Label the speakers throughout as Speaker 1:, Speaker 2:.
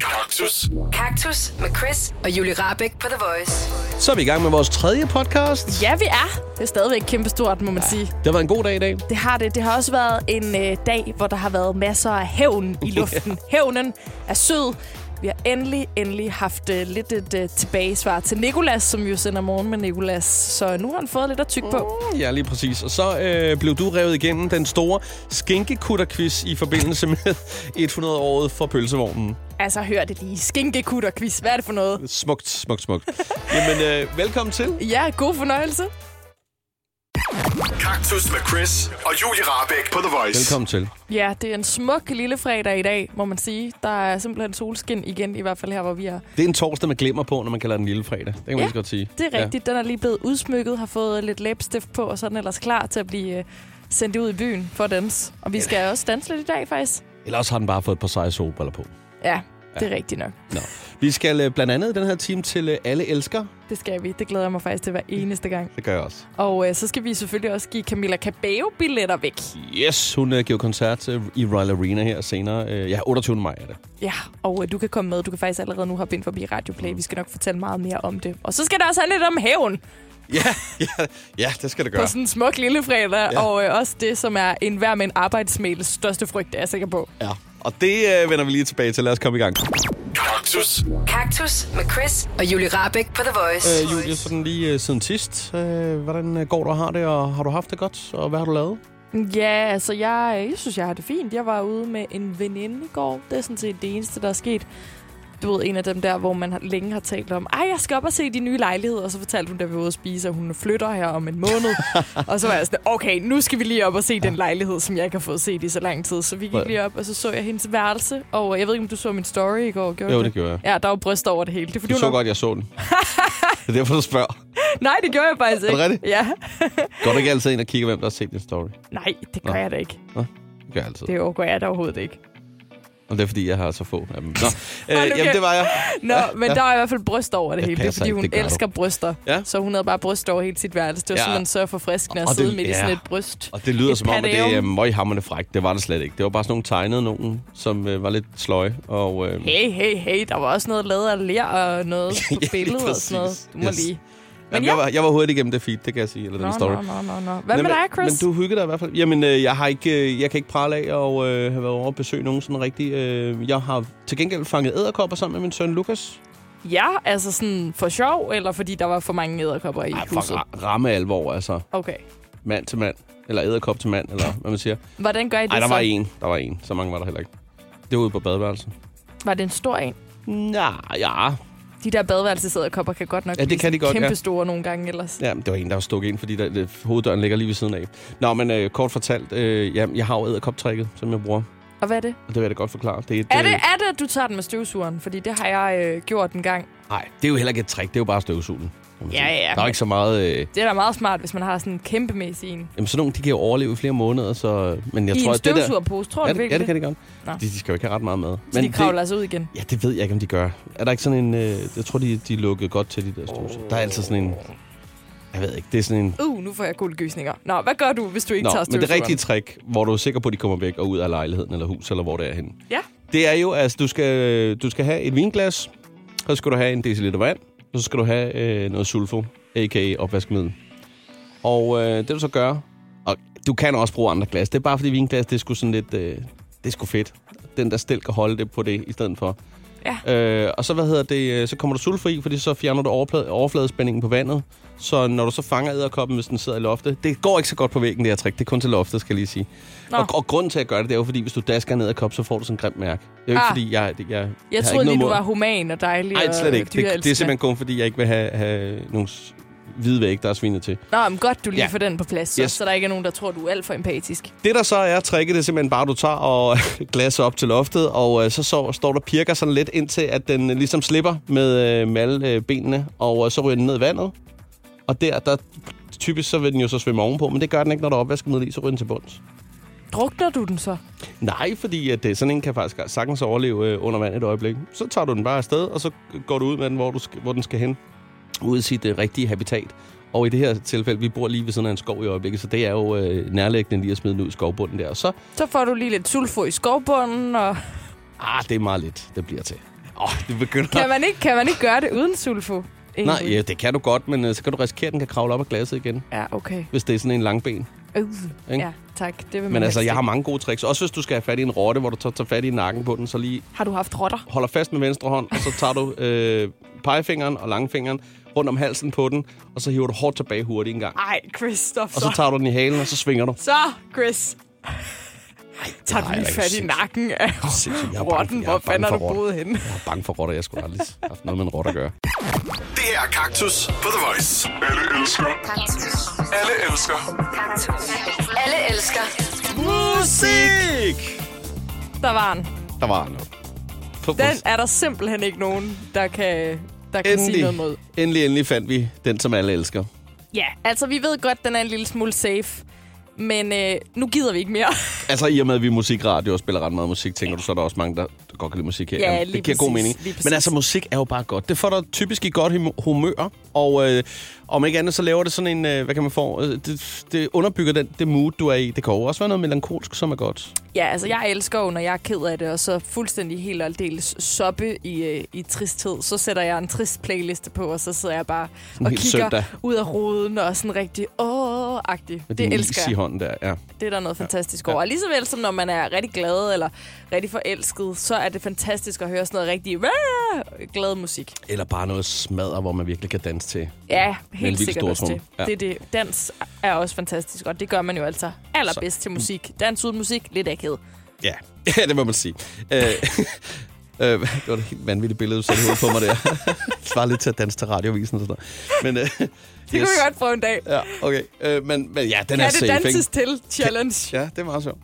Speaker 1: Kaktus.
Speaker 2: Kaktus med Chris og Julie Rabeck på The Voice.
Speaker 3: Så er vi i gang med vores tredje podcast.
Speaker 4: Ja, vi er. Det er stadigvæk kæmpestort, må man sige.
Speaker 3: Det har været en god dag i dag.
Speaker 4: Det har det. Det har også været en øh, dag, hvor der har været masser af hævn i luften. Hævnen er sød. Vi har endelig, endelig haft øh, lidt et øh, tilbagesvar til Nikolas, som jo sender morgen med Nikolas. Så nu har han fået lidt at tykke på.
Speaker 3: Mm, Ja, lige præcis. Og så øh, blev du revet igennem den store skinkekutterquiz i forbindelse med 100-året for pølsevognen.
Speaker 4: Altså, hør det lige. Skinkekutter-quiz. Hvad er det for noget?
Speaker 3: Smukt, smukt, smukt. Jamen, øh, velkommen til.
Speaker 4: Ja, god fornøjelse.
Speaker 1: Kaktus med Chris og Julie Rabeck på The Voice.
Speaker 3: Velkommen til.
Speaker 4: Ja, det er en smuk lille fredag i dag, må man sige. Der er simpelthen solskin igen, i hvert fald her, hvor vi er.
Speaker 3: Det er en torsdag, man glemmer på, når man kalder den lille fredag. Det kan man
Speaker 4: Ja,
Speaker 3: lige så godt sige.
Speaker 4: Det er rigtigt. Ja. Den er lige blevet udsmykket, har fået lidt læbestift på, og så er den ellers klar til at blive øh, sendt ud i byen for at danse. Og vi skal også danse lidt i dag, faktisk.
Speaker 3: Ja. Ellers har den bare fået et par seje solbriller på.
Speaker 4: Ja, det er rigtigt nok.
Speaker 3: Nå. Vi skal øh, blandt andet i den her time til øh, Alle Elsker.
Speaker 4: Det skal vi. Det glæder jeg mig faktisk til hver eneste gang.
Speaker 3: Det gør jeg også.
Speaker 4: Og øh, så skal vi selvfølgelig også give Camilla Cabello billetter væk.
Speaker 3: Yes, hun øh, giver koncert øh, i Royal Arena her senere. Øh, ja, 28. maj er det.
Speaker 4: Ja, og øh, du kan komme med. Du kan faktisk allerede nu hoppe ind forbi Radioplay. Vi skal nok fortælle meget mere om det. Og så skal der også handle lidt om hævn.
Speaker 3: Ja, ja, ja det skal det
Speaker 4: på sådan en smuk lille fredag,
Speaker 3: Ja.
Speaker 4: ja. og øh, også det, som er en hver med en arbejdsmæles største frygt, er jeg sikker på.
Speaker 3: Ja. Og det øh, vender vi lige tilbage til. Lad os komme i gang.
Speaker 1: Kaktus.
Speaker 2: Kaktus med Chris og Julie Rabeck på The Voice.
Speaker 3: Øh, Julie, sådan lige øh, siden sidst. Øh, hvordan øh, går du og har det, og har du haft det godt, og hvad har du lavet?
Speaker 4: Ja, altså jeg, øh, jeg synes, jeg har det fint. Jeg var ude med en veninde i går. Det er sådan set det eneste, der er sket. Du ved, en af dem der, hvor man har- længe har talt om, ej, jeg skal op og se de nye lejligheder, og så fortalte hun, da vi var ude at spise, at hun flytter her om en måned. og så var jeg sådan, okay, nu skal vi lige op og se den lejlighed, som jeg ikke har fået set i så lang tid. Så vi
Speaker 3: Hvad?
Speaker 4: gik lige op, og så så jeg hendes værelse, og øh, jeg ved ikke, om du så min story i går, gjorde
Speaker 3: Jo,
Speaker 4: du
Speaker 3: det gjorde jeg.
Speaker 4: Ja, der var bryst over det hele. Det er, fordi
Speaker 3: Du
Speaker 4: hun
Speaker 3: så
Speaker 4: har-
Speaker 3: godt, jeg så den. det er derfor, du spørger.
Speaker 4: Nej, det gjorde jeg faktisk
Speaker 3: Er
Speaker 4: ikke.
Speaker 3: det rigtigt?
Speaker 4: Ja.
Speaker 3: Går du ikke altid ind og kigger, hvem der har set din story?
Speaker 4: Nej, det gør
Speaker 3: Nå.
Speaker 4: jeg da ikke.
Speaker 3: Det gør jeg altid.
Speaker 4: Det overgår jeg da overhovedet ikke.
Speaker 3: Og det er, fordi jeg har så få af dem. Nå, øh,
Speaker 4: nu
Speaker 3: jamen,
Speaker 4: kan-
Speaker 3: det var jeg.
Speaker 4: Nå, men der var i hvert fald bryst over det
Speaker 3: Det
Speaker 4: hele. Det er,
Speaker 3: passer
Speaker 4: fordi
Speaker 3: ikke,
Speaker 4: hun
Speaker 3: det gør du.
Speaker 4: elsker bryster.
Speaker 3: Ja.
Speaker 4: Så hun havde bare bryst over hele sit værelse. Det var
Speaker 3: Ja.
Speaker 4: ja. simpelthen så forfriskende at
Speaker 3: Og det-
Speaker 4: sidde midt i sådan
Speaker 3: ja.
Speaker 4: et bryst.
Speaker 3: Og det lyder
Speaker 4: Et
Speaker 3: som om, at det er øh,
Speaker 4: pandeum.
Speaker 3: møghammerende frækt. Det var det slet ikke. Det var bare sådan nogle tegnede nogen, som øh, var lidt sløje. Og, øh,
Speaker 4: Hey, hey, hey, der var også noget lavet af ler og noget
Speaker 3: Ja,
Speaker 4: på
Speaker 3: lige
Speaker 4: billedet og sådan noget.
Speaker 3: præcis.
Speaker 4: Du må
Speaker 3: Yes.
Speaker 4: lige.
Speaker 3: jamen,
Speaker 4: ja.
Speaker 3: jeg, var, jeg var hurtigt igennem det feed, det kan jeg sige. Eller den
Speaker 4: Nå,
Speaker 3: story.
Speaker 4: nå, nå, nå, nå. Hvad
Speaker 3: Nej,
Speaker 4: med
Speaker 3: men-
Speaker 4: dig, Chris?
Speaker 3: Men du hygger dig i hvert fald. Jamen, øh, jeg, har ikke, øh, jeg kan ikke prale af at øh, have været over og besøge nogen sådan rigtig. Øh, jeg har til gengæld fanget æderkopper sammen med min søn Lukas.
Speaker 4: Ja, altså sådan for sjov, eller fordi der var for mange æderkopper i
Speaker 3: Ej, for
Speaker 4: huset?
Speaker 3: ra- ramme alvor, altså.
Speaker 4: Okay.
Speaker 3: Mand til mand. Eller æderkop til mand, eller hvad man siger.
Speaker 4: Hvordan gør I det
Speaker 3: Nej, der
Speaker 4: så?
Speaker 3: var en. Der var en. Så mange var der heller ikke. Det var ude på badeværelset.
Speaker 4: Var det en stor en?
Speaker 3: Nej, ja.
Speaker 4: De der badeværelsesæderkopper kan godt nok
Speaker 3: Ja, det
Speaker 4: blive
Speaker 3: kan de godt, ja.
Speaker 4: kæmpe store nogle gange ellers.
Speaker 3: Ja, men det var en, der var stukket ind, fordi der, det, hoveddøren ligger lige ved siden af. Nå, men øh, kort fortalt, øh, jamen, jeg har jo æderkoptrækket, som jeg bruger.
Speaker 4: Og hvad er det?
Speaker 3: Og det vil jeg da godt forklare. Det er, et,
Speaker 4: Er det,
Speaker 3: øh,
Speaker 4: er det, at du tager den med støvsugeren? Fordi det har jeg øh, gjort en gang.
Speaker 3: Nej, det er jo heller ikke et trick. Det er jo bare støvsugen. kan man
Speaker 4: Ja,
Speaker 3: sige.
Speaker 4: ja, ja,
Speaker 3: Der er jo
Speaker 4: men-
Speaker 3: ikke så meget... Øh,
Speaker 4: Det er da meget smart, hvis man har sådan en kæmpemæssig en.
Speaker 3: Jamen, sådan nogle, de kan jo overleve i flere måneder, så... Men jeg
Speaker 4: I
Speaker 3: tror,
Speaker 4: en
Speaker 3: at det der...
Speaker 4: støvsugerpose, tror
Speaker 3: Ja, det,
Speaker 4: du
Speaker 3: ja,
Speaker 4: virkelig?
Speaker 3: det kan de godt.
Speaker 4: Nå.
Speaker 3: De, de skal jo ikke have ret meget mad.
Speaker 4: Så de kravler
Speaker 3: det,
Speaker 4: altså ud igen.
Speaker 3: ja, det ved jeg ikke, om de gør. Er der ikke sådan en... Øh, jeg tror, de, de er lukket godt til, de der støvsuger. Der er altid sådan en... Jeg ved ikke, det er sådan en...
Speaker 4: Uh, nu får jeg kuldegysninger. Nå, hvad gør du, hvis du ikke
Speaker 3: Nå,
Speaker 4: tager
Speaker 3: men det
Speaker 4: støvsugeren?
Speaker 3: rigtige trick, hvor du er sikker på, at de kommer væk og ud af lejligheden eller hus, eller hvor det er henne.
Speaker 4: Ja.
Speaker 3: Det er jo, at altså, du skal, du skal have et vinglas, så skal du have en deciliter vand, og så skal du have øh, noget sulfo, a.k.a. opvaskemiddel. Og øh, det du så gør, og du kan også bruge andre glas, det er bare fordi vinglas, det er sgu sådan lidt, øh, det er sgu fedt. Den der stil kan holde det på det i stedet for. Ja. Øh, og så, hvad hedder det, øh, så kommer du sulfo i, fordi så fjerner du overplade, overfladespændingen på vandet. Så når du så fanger æderkoppen, hvis den sidder i loftet, det går ikke så godt på væggen, det her trick. Det er kun til loftet, skal jeg lige sige.
Speaker 4: Nå.
Speaker 3: Og, og, grunden til at gøre det, det er jo fordi, hvis du dasker ned af kop, så får du sådan en grim mærke. Det er jo ikke,
Speaker 4: Ah.
Speaker 3: fordi jeg, jeg, jeg
Speaker 4: Jeg troede lige, du var human og dejlig.
Speaker 3: Nej,
Speaker 4: og
Speaker 3: slet ikke. Det, det, er
Speaker 4: dyreelskende.
Speaker 3: simpelthen kun, fordi jeg ikke vil have, have nogle s- hvide væg, der er svinet til.
Speaker 4: Nå, men godt, du lige
Speaker 3: Ja.
Speaker 4: ja. får den på plads, så,
Speaker 3: Yes.
Speaker 4: yes. så der ikke er nogen, der tror, du er alt for empatisk.
Speaker 3: Det, der så er tricket, det er simpelthen bare, at du tager og glasset op til loftet, og øh, så, så står der og pirker sådan lidt indtil, at den øh, ligesom slipper med, øh, med alle øh, benene, og øh, så ryger den ned i vandet. Og der, der typisk så vil den jo så svømme ovenpå, men det gør den ikke, når der er opvaskemiddel i, så ryger den til bunds.
Speaker 4: Drukner du den så?
Speaker 3: Nej, fordi at det, sådan en kan faktisk sagtens overleve øh, under vand et øjeblik. Så tager du den bare afsted, og så går du ud med den, hvor, du skal, hvor den skal hen. Ud i sit øh, rigtige habitat. Og i det her tilfælde, vi bor lige ved sådan en skov i øjeblikket, så det er jo øh, nærliggende lige at smide den ud i skovbunden der. Og så,
Speaker 4: Så får du lige lidt sulfo i skovbunden, og
Speaker 3: ah, det er meget lidt, det bliver til. Åh, det begynder...
Speaker 4: Kan man ikke, kan man ikke gøre det uden sulfo?
Speaker 3: Nej, ja, det kan du godt, men øh, så kan du risikere, at den kan kravle op af glasset igen,
Speaker 4: Ja, okay.
Speaker 3: hvis det er sådan en lang ben.
Speaker 4: Øh.
Speaker 3: Ikke?
Speaker 4: Ja, tak. Det vil
Speaker 3: Men
Speaker 4: man
Speaker 3: altså,
Speaker 4: helst
Speaker 3: jeg har
Speaker 4: ikke.
Speaker 3: mange gode tricks. Også hvis du skal have fat i en rotte, hvor du så tager fat i nakken på den, så lige
Speaker 4: har du haft rotter?
Speaker 3: holder fast med venstre hånd, og så tager du øh, pegefingeren og langfingeren rundt om halsen på den, og så hiver du hårdt tilbage hurtigt en gang.
Speaker 4: Ej, Christoph,
Speaker 3: Og så tager du den i halen, og så svinger du.
Speaker 4: Så, Chris. Tager du
Speaker 3: jeg
Speaker 4: lige
Speaker 3: ikke
Speaker 4: fat i
Speaker 3: sindssygt.
Speaker 4: nakken af
Speaker 3: Sindssygt, jeg er bange for-
Speaker 4: rotten?
Speaker 3: jeg er
Speaker 4: Hvor
Speaker 3: bange
Speaker 4: fanden har
Speaker 3: for
Speaker 4: du
Speaker 3: rotter.
Speaker 4: boet henne?
Speaker 3: Jeg er bange for rotter. Jeg skulle aldrig have haft noget med en rotte at gøre.
Speaker 1: Det her er Kaktus på The Voice. Alle elsker. Alle elsker.
Speaker 2: Alle elsker
Speaker 3: Musik!
Speaker 4: Der var den.
Speaker 3: Der var noget. På
Speaker 4: Den
Speaker 3: vores-
Speaker 4: er der simpelthen ikke nogen, der kan, der kan sige noget mod.
Speaker 3: endelig, endelig, endelig fandt vi den, som alle elsker.
Speaker 4: Ja, altså vi ved godt, den er en lille smule safe. Men øh, nu gider vi ikke mere.
Speaker 3: Altså i og med, at vi er musikradio og spiller ret meget musik, tænker du, så er der også mange, der der godt kan lide musik her.
Speaker 4: Ja,
Speaker 3: Jamen,
Speaker 4: lige
Speaker 3: det giver god
Speaker 4: præcis,
Speaker 3: mening.
Speaker 4: lige præcis.
Speaker 3: Men altså, musik er jo bare godt. Det får dig typisk i godt hum- humør, og øh, om ikke andet, så laver det sådan en, øh, hvad kan man få, øh, det, det underbygger den, det mood, du er i. Det kan jo også være noget melankolsk, som er godt.
Speaker 4: ja, altså jeg elsker jo, når jeg er ked af det, og så fuldstændig helt og aldeles soppe i, øh, i tristhed. Så sætter jeg en trist playliste på, og så sidder jeg bare og
Speaker 3: helt
Speaker 4: kigger
Speaker 3: søndag.
Speaker 4: ud af ruden, og sådan rigtig åh-agtig.
Speaker 3: Med
Speaker 4: Det
Speaker 3: din
Speaker 4: elsker
Speaker 3: is i
Speaker 4: jeg.
Speaker 3: hånden der, ja.
Speaker 4: Det er der noget fantastisk over. Og lige så vel som når man er rigtig glad eller rigtig forelsket, så er det fantastisk at høre sådan noget rigtig "Wah!" glad musik.
Speaker 3: Eller bare noget smadder, hvor man virkelig kan danse til.
Speaker 4: Ja,
Speaker 3: en
Speaker 4: helt
Speaker 3: vild
Speaker 4: sikkert også
Speaker 3: stortrum.
Speaker 4: det.
Speaker 3: Ja.
Speaker 4: det, er det. Dans er også fantastisk, og det gør man jo altså allerbedst til musik. Dans uden musik, lidt akavet.
Speaker 3: Ja, ja det må man sige. Øh, øh, det var et helt vanvittigt billede, du satte i hovedet på mig der. Det svarer lidt til at danse til radiovisen og sådan noget. Men, øh, det
Speaker 4: Det yes. kunne vi godt prøve en dag.
Speaker 3: Ja, okay. Øh, men, men ja, den
Speaker 4: Ja,
Speaker 3: er
Speaker 4: det
Speaker 3: safe,
Speaker 4: danses
Speaker 3: ikke?
Speaker 4: til challenge.
Speaker 3: Ja, det er meget sjovt.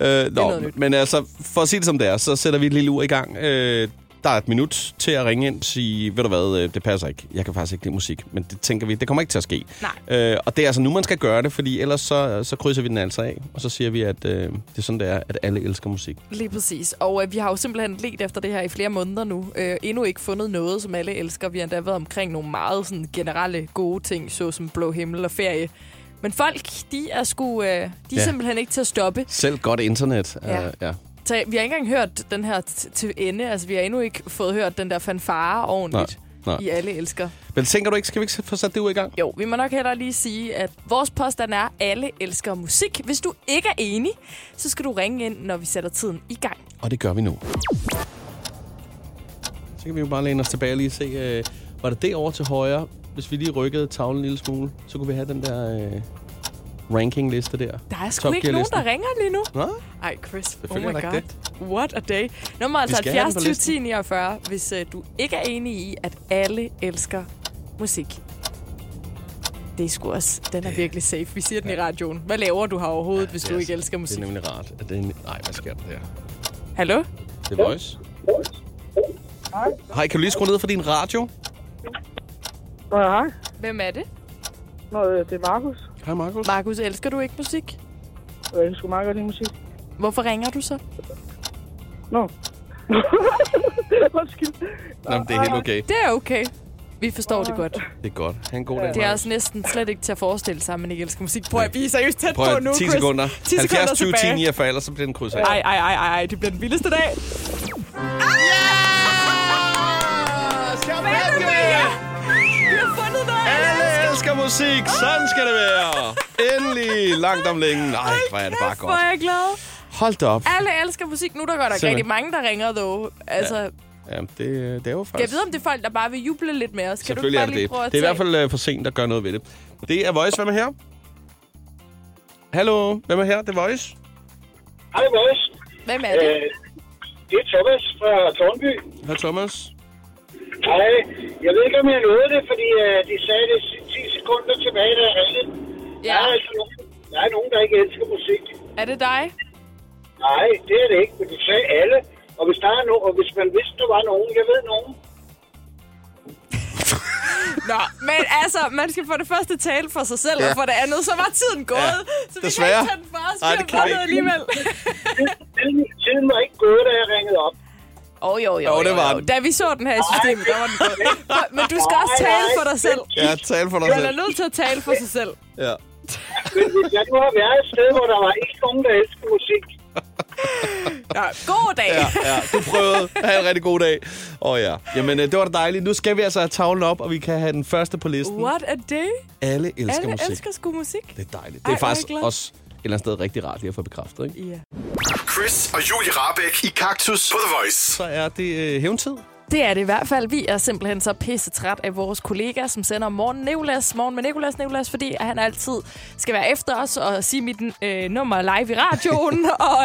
Speaker 3: Ja. Øh, nå,
Speaker 4: noget nyt.
Speaker 3: men altså, for at sige det som det er, så sætter vi et lille ur i gang. Øh, der er et minut til at ringe ind og sige, ved du hvad, øh, det passer ikke. Jeg kan faktisk ikke lide musik. Men det tænker vi, det kommer ikke til at ske.
Speaker 4: Nej.
Speaker 3: Øh, og det er altså nu, man skal gøre det, fordi ellers så, så krydser vi den altså af. Og så siger vi, at øh, det er sådan, det er, at alle elsker musik.
Speaker 4: Lige præcis. Og øh, vi har jo simpelthen let efter det her i flere måneder nu. Øh, endnu ikke fundet noget, som alle elsker. Vi har endda været omkring nogle meget sådan, generelle gode ting, såsom blå himmel og ferie. Men folk, de er, sgu, øh, de er ja.
Speaker 3: Ja.
Speaker 4: simpelthen ikke til at stoppe.
Speaker 3: Selv godt internet.
Speaker 4: Ja.
Speaker 3: Øh, ja.
Speaker 4: Så vi har ikke engang hørt den her t- til ende. Altså, vi har endnu ikke fået hørt den der fanfare ordentligt.
Speaker 3: Nej, nej.
Speaker 4: I alle elsker.
Speaker 3: Men tænker du ikke, skal vi ikke få sat det ud i gang?
Speaker 4: Jo, vi må nok hellere lige sige, at vores påstand er, at alle elsker musik. Hvis du ikke er enig, så skal du ringe ind, når vi sætter tiden i gang.
Speaker 3: Og det gør vi nu. Så kan vi jo bare læne os tilbage og lige se, øh, var det det over til højre? Hvis vi lige rykkede tavlen en lille smule, så kunne vi have den der øh, rankingliste der.
Speaker 4: Der er sgu ikke nogen, der ringer lige nu.
Speaker 3: Nå?
Speaker 4: Ej, Chris. Oh
Speaker 3: Selvfølgelig
Speaker 4: my
Speaker 3: er der
Speaker 4: god.
Speaker 3: ikke
Speaker 4: What a day. Nummer altså
Speaker 3: skal have den
Speaker 4: 70
Speaker 3: på
Speaker 4: 20
Speaker 3: listen.
Speaker 4: 10 49, hvis uh, du ikke er enig i, at alle elsker musik. Det er sgu også. Den er virkelig safe. Vi siger den i radioen. Hvad laver du her overhovedet, ja, hvis
Speaker 3: det
Speaker 4: du
Speaker 3: er
Speaker 4: ikke
Speaker 3: så-
Speaker 4: elsker
Speaker 3: Det
Speaker 4: musik?
Speaker 3: er nemlig rart. At det er en... Nej, hvad sker der der?
Speaker 4: Hallo?
Speaker 3: Det er Voice. Hej, kan du lige skrue ned for din radio?
Speaker 5: Nå, ja, hej.
Speaker 4: Hvem er det?
Speaker 5: Nå, øh, det er Markus.
Speaker 3: Hej, Markus.
Speaker 4: Markus, elsker du ikke musik?
Speaker 5: Øh, Jeg kan sgu meget godt lide musik.
Speaker 4: Hvorfor ringer du så?
Speaker 5: Nå. Undskyld.
Speaker 3: Nå, men det er helt okay.
Speaker 4: Det er okay. Vi forstår det godt.
Speaker 3: Det er godt. Ha' en god dag,
Speaker 4: Det er
Speaker 3: Markus.
Speaker 4: også næsten slet ikke til at forestille sig, at man ikke elsker musik. Prøv at vi er seriøst tæt
Speaker 3: Prøv
Speaker 4: på
Speaker 3: at
Speaker 4: nu,
Speaker 3: 10
Speaker 4: Chris.
Speaker 3: sekunder.
Speaker 4: 10 sekunder
Speaker 3: 70, 20, 10,
Speaker 4: tilbage.
Speaker 3: 9, for ellers så bliver den krydset af.
Speaker 4: Ej, ej, ej, ej, ej, det bliver den vildeste dag. Hvad er det, ja? Vi har fundet noget.
Speaker 3: Alle elsker musik. Sådan skal det være. Endelig. Langt om længe. Nej, hvor er det bare
Speaker 4: Hvor
Speaker 3: godt.
Speaker 4: er jeg glad.
Speaker 3: Hold da op.
Speaker 4: Alle elsker musik. Nu er der godt nok
Speaker 3: Simpelthen.
Speaker 4: rigtig mange, der ringer, dog. Altså, ja.
Speaker 3: Ja, det, det er jo faktisk...
Speaker 4: jeg ved, om det er folk, der bare vil juble lidt med os. Kan du ikke
Speaker 3: Selvfølgelig er
Speaker 4: bare
Speaker 3: det
Speaker 4: lige
Speaker 3: det.
Speaker 4: prøve at
Speaker 3: Det er i hvert
Speaker 4: tage-
Speaker 3: fald øh, for sent at gøre noget ved det. Det er Voice. Hvem er her? Hallo, hvem er her? Det er Voice.
Speaker 6: Hej, Boris.
Speaker 4: Hvem er det?
Speaker 6: Øh, Det er Thomas fra Tornby.
Speaker 3: Hej Thomas.
Speaker 6: Hej. Jeg ved ikke, om jeg nåede det, fordi øh, de sagde det er 10 sekunder tilbage, der er alle.
Speaker 4: Ja.
Speaker 6: Der, er altså nogen, der er nogen, der ikke elsker musik.
Speaker 3: Øh.
Speaker 4: Er det dig?
Speaker 6: Nej, det er det ikke, men du sagde alle. Og hvis, der er no- og hvis man vidste, der var nogen, jeg ved nogen.
Speaker 4: Nå, men altså, man skal for det første tale for sig selv, ja.
Speaker 3: Ja.
Speaker 4: og for det andet, så var tiden gået. Ja. Så vi kan
Speaker 3: desværre.
Speaker 4: ikke tage den for os.
Speaker 3: Ej,
Speaker 4: Vi
Speaker 3: det kan
Speaker 4: har
Speaker 3: vi
Speaker 4: vundet
Speaker 3: ikke.
Speaker 4: alligevel.
Speaker 6: Tiden, tiden var ikke gået, da jeg ringede op.
Speaker 4: Åh, oh, jo, jo,
Speaker 3: Jo, det var
Speaker 4: jo.
Speaker 3: den.
Speaker 4: Da vi så den her i systemet, der var den gået. Prøv, Men du skal også tale for dig selv.
Speaker 3: Ja, tal for dig
Speaker 4: Man er nødt til at tale for sig selv.
Speaker 3: Ja.
Speaker 6: Men hvis jeg nu har været et sted, hvor der var ikke nogen, der elsker musik,
Speaker 4: Nå, god dag.
Speaker 3: Ja, ja, du prøvede. Ha' en rigtig god dag. Åh oh, ja. Jamen, øh, det var da dejligt. Nu skal vi altså have tavlen op, og vi kan have den første på listen.
Speaker 4: What a day.
Speaker 3: Alle elsker
Speaker 4: Alle
Speaker 3: musik.
Speaker 4: elsker sgu musik.
Speaker 3: Det er dejligt.
Speaker 4: Ej,
Speaker 3: Det er
Speaker 4: hvor er
Speaker 3: faktisk
Speaker 4: jeg glad.
Speaker 3: også et eller andet sted rigtig rart lige at få bekræftet, ikke?
Speaker 4: Ja.
Speaker 1: Chris og Julie Rabeck i Kaktus på The Voice.
Speaker 3: Så er det øh, hævntid.
Speaker 4: Det er det i hvert fald. Vi er simpelthen så pisse træt af vores kollega, som sender morgen Nicolas, morgen med Nicolas Nicolas, fordi at han altid skal være efter os og sige mit øh, nummer live i radioen og,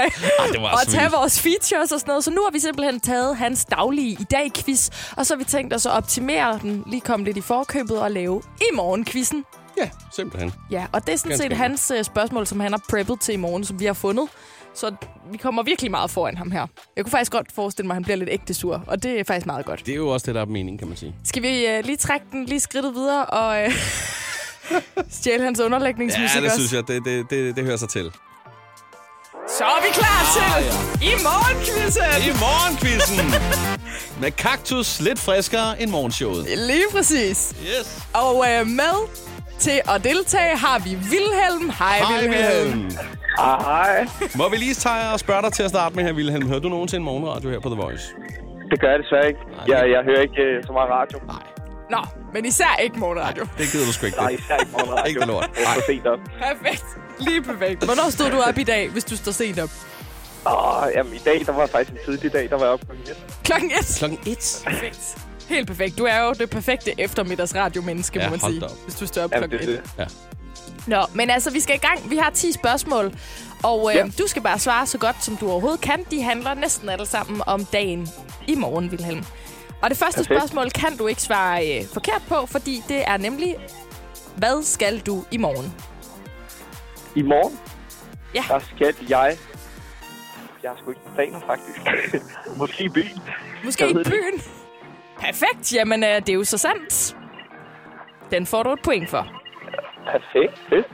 Speaker 3: det var
Speaker 4: og
Speaker 3: også
Speaker 4: tage
Speaker 3: vildt.
Speaker 4: vores features og sådan noget. Så nu har vi simpelthen taget hans daglige i dag quiz, og så har vi tænkt os at optimere den, lige komme lidt i forkøbet og lave i morgen quizzen.
Speaker 3: Ja, simpelthen.
Speaker 4: Ja, og det er sådan
Speaker 3: Ganske
Speaker 4: set hans øh, spørgsmål, som han har preppet til i morgen, som vi har fundet. Så vi kommer virkelig meget foran ham her. Jeg kunne faktisk godt forestille mig, at han bliver lidt ægte sur, og det er faktisk meget godt.
Speaker 3: Det er jo også det, der er meningen, kan man sige.
Speaker 4: Skal vi øh, lige trække den lige skridtet videre og øh, stjæle hans underlægningsmusik
Speaker 3: Ja, det
Speaker 4: også?
Speaker 3: synes jeg. Det, det, det, det hører sig til.
Speaker 4: Så er vi klar til
Speaker 3: Ah,
Speaker 4: ah,
Speaker 3: ja.
Speaker 4: ja. i morgen,
Speaker 3: I morgenquizzen! Med kaktus lidt friskere end morgenshowet.
Speaker 4: Lige præcis.
Speaker 3: Yes.
Speaker 4: Og øh, med til at deltage har vi Vilhelm. Hej,
Speaker 3: Hej, Vilhelm.
Speaker 5: Ah, hej.
Speaker 3: Må vi lige tage og spørge dig til at starte med her, Vilhelm. Hører du nogensinde morgenradio her på The Voice?
Speaker 5: Det gør jeg desværre ikke.
Speaker 3: Jeg-
Speaker 5: jeg hører ikke uh, så meget radio.
Speaker 4: Nå, men især ikke morgenradio.
Speaker 3: Det gider du sgu ikke. Det.
Speaker 5: især ikke morgenradio.
Speaker 3: Ikke det lort. Det er for
Speaker 5: sent op.
Speaker 4: Perfekt. Lige perfekt. Hvornår stod du op i dag, hvis du står sent op?
Speaker 5: Åh, jamen i dag, der var faktisk en tidlig dag, der var jeg oppe på
Speaker 4: Klokken et.
Speaker 3: Klokken et.
Speaker 4: Perfekt. Helt perfekt. Du er jo det perfekte eftermiddagsradiomenneske,
Speaker 3: Ja,
Speaker 4: må man
Speaker 3: hold
Speaker 4: sige.
Speaker 3: da op.
Speaker 4: Hvis du står op
Speaker 5: Jamen,
Speaker 4: klokken
Speaker 5: det er
Speaker 4: 1.
Speaker 5: det.
Speaker 4: Nå, men altså, vi skal i gang. Vi har 10 spørgsmål, og øh,
Speaker 5: Ja.
Speaker 4: du skal bare svare så godt, som du overhovedet kan. De handler næsten alle sammen om dagen i morgen, Vilhelm. Og det første
Speaker 5: Perfekt.
Speaker 4: spørgsmål kan du ikke svare øh, forkert på, fordi det er nemlig, hvad skal du i morgen?
Speaker 5: I morgen,
Speaker 4: Ja.
Speaker 5: der skal jeg... Jeg har sgu ikke planer, faktisk. Måske i byen.
Speaker 4: Måske i
Speaker 5: Jeg ved det
Speaker 4: byen? Perfekt, jamen øh, det er jo så sandt. Den får du et point for.
Speaker 5: Perfekt. Fedt.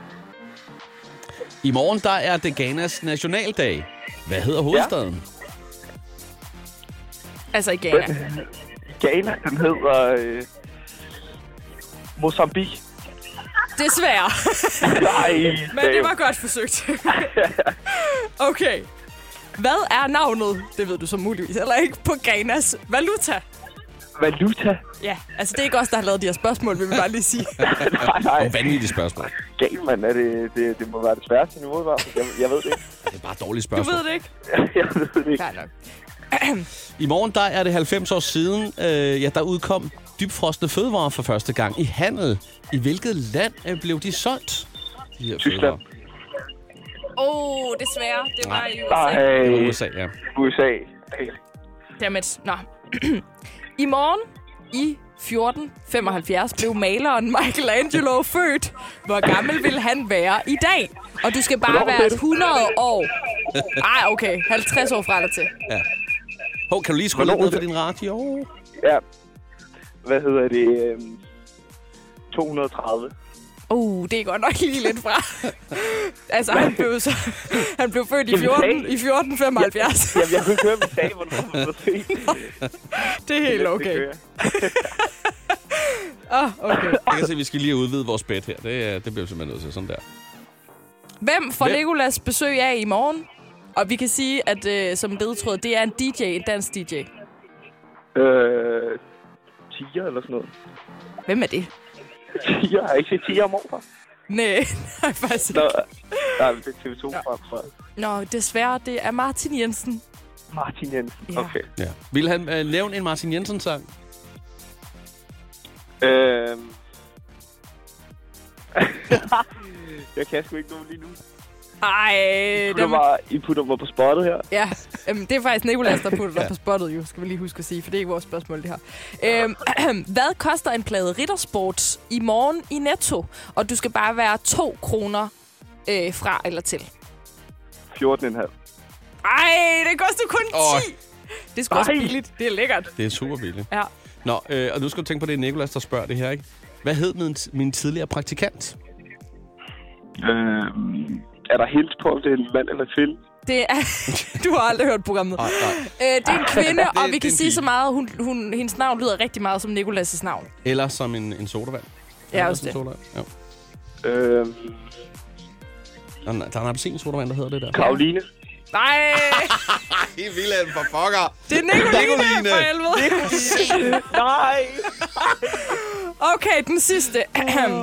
Speaker 3: I morgen, der er det Ghanas nationaldag. Hvad hedder hovedstaden? Ja.
Speaker 4: Altså i Ghana.
Speaker 5: Ghana, den hedder... Øh, Mozambique.
Speaker 4: Desværre.
Speaker 5: Nej,
Speaker 4: Men det var godt forsøgt. okay. Hvad er navnet, det ved du så muligvis heller ikke, på Ghanas valuta?
Speaker 5: Valuta.
Speaker 4: Ja, altså det er ikke os, der har lavet de her spørgsmål, vil vi bare lige sige.
Speaker 5: nej, nej.
Speaker 3: Og vanvittigt spørgsmål.
Speaker 5: Galen, er det, det, det må være det sværeste niveau, i hvert fald. Jeg, jeg ved det ikke.
Speaker 3: Det er bare et dårligt
Speaker 4: Du
Speaker 3: spørgsmål.
Speaker 4: ved det ikke?
Speaker 5: jeg ved det ikke.
Speaker 4: Nej, nok.
Speaker 3: I morgen, der er det 90 år siden, øh, ja, der udkom dybfrostende fødevarer for første gang i handel. I hvilket land øh, blev de solgt? De her
Speaker 5: Tyskland.
Speaker 3: fødevarer.
Speaker 4: Åh, oh, desværre. Det var i USA.
Speaker 5: Nej, Ah.
Speaker 3: Det var USA, ja.
Speaker 5: USA.
Speaker 4: Dammit. Nå. I morgen i 1475 blev maleren Michelangelo født. Hvor gammel vil han være i dag? Og du skal bare være 100 år. Ej, okay. 50 år fra dig til.
Speaker 3: Hov, kan du lige skrue lidt
Speaker 5: Hvornår
Speaker 3: ned
Speaker 5: er
Speaker 3: for din radio?
Speaker 5: Ja. Hvad hedder det? Øhm, 230.
Speaker 4: Uh, det er godt nok lige lidt fra. altså, han blev, så, han blev født i,
Speaker 5: Jamen,
Speaker 4: 14,
Speaker 5: hey.
Speaker 4: i 1475.
Speaker 5: Jamen, jeg kunne ikke høre, hvad vi sagde, hvornår vi var sent.
Speaker 4: det er helt okay. Oh, okay.
Speaker 3: Jeg kan se, vi skal lige udvide vores bed her. Det, øh, det bliver vi simpelthen nødt til. Sådan der.
Speaker 4: Hvem får
Speaker 3: Hvem?
Speaker 4: Legolas besøg af i morgen? Og vi kan sige, at øh, som ledtråd, det er en DJ, en dansk DJ.
Speaker 5: Øh, 10'er eller sådan noget.
Speaker 4: Hvem er det?
Speaker 5: 10'er? Har jeg ikke set 10'er om året?
Speaker 4: Nej, nej faktisk
Speaker 5: Nå,
Speaker 4: ikke.
Speaker 5: nej, men det er TV2 frem for
Speaker 4: Nå, desværre, det er Martin Jensen.
Speaker 5: Martin Jensen.
Speaker 4: Ja.
Speaker 5: Okay.
Speaker 3: Ja. Vil han øh, nævne en Martin Jensen-sang?
Speaker 5: Øhm. jeg kan sgu ikke nogen lige nu.
Speaker 4: Ej,
Speaker 5: Putter
Speaker 4: dem,
Speaker 5: mig, I putter mig på spottet her.
Speaker 4: ja. Øhm, det er faktisk Nicolas, der putter dig på spottet, jo, skal vi lige huske at sige, for det er ikke vores spørgsmål, det her. Øhm, hvad koster en plade Rittersport i morgen i Netto? Og du skal bare være 2 kroner øh, fra eller til.
Speaker 5: 14,5.
Speaker 4: Ej, det koster kun 10!
Speaker 3: Åh.
Speaker 4: Det er sgu også
Speaker 5: Ej.
Speaker 4: billigt. Det er lækkert.
Speaker 3: Det er super billigt.
Speaker 4: Ja.
Speaker 3: Nå, øh, og nu skal du tænke på, det er Nicolas, der spørger det her, ikke? Hvad hed min, min tidligere praktikant?
Speaker 5: Øhm, er der helt på, om det er en mand eller en film?
Speaker 4: Det er, du har aldrig hørt programmet.
Speaker 3: Nej, nej.
Speaker 4: Øh, det er en kvinde,
Speaker 3: Det-
Speaker 4: og
Speaker 3: det
Speaker 4: vi
Speaker 3: er
Speaker 4: kan
Speaker 3: en
Speaker 4: sige
Speaker 3: pige.
Speaker 4: så meget, hun, hun, hendes navn lyder rigtig meget som Nicolas' navn.
Speaker 3: Eller som en, en sodavand.
Speaker 4: Ja, også det.
Speaker 3: Sodavand. Ja.
Speaker 5: Øhm,
Speaker 3: Der er en, der er en appelsinsodavand, der hedder det der.
Speaker 5: Karoline.
Speaker 4: Nej,
Speaker 3: I Vilhelm for fucker.
Speaker 4: det er Nicoline,
Speaker 3: Nicoline.
Speaker 4: for helvede.
Speaker 5: Nej!
Speaker 4: Okay, den sidste.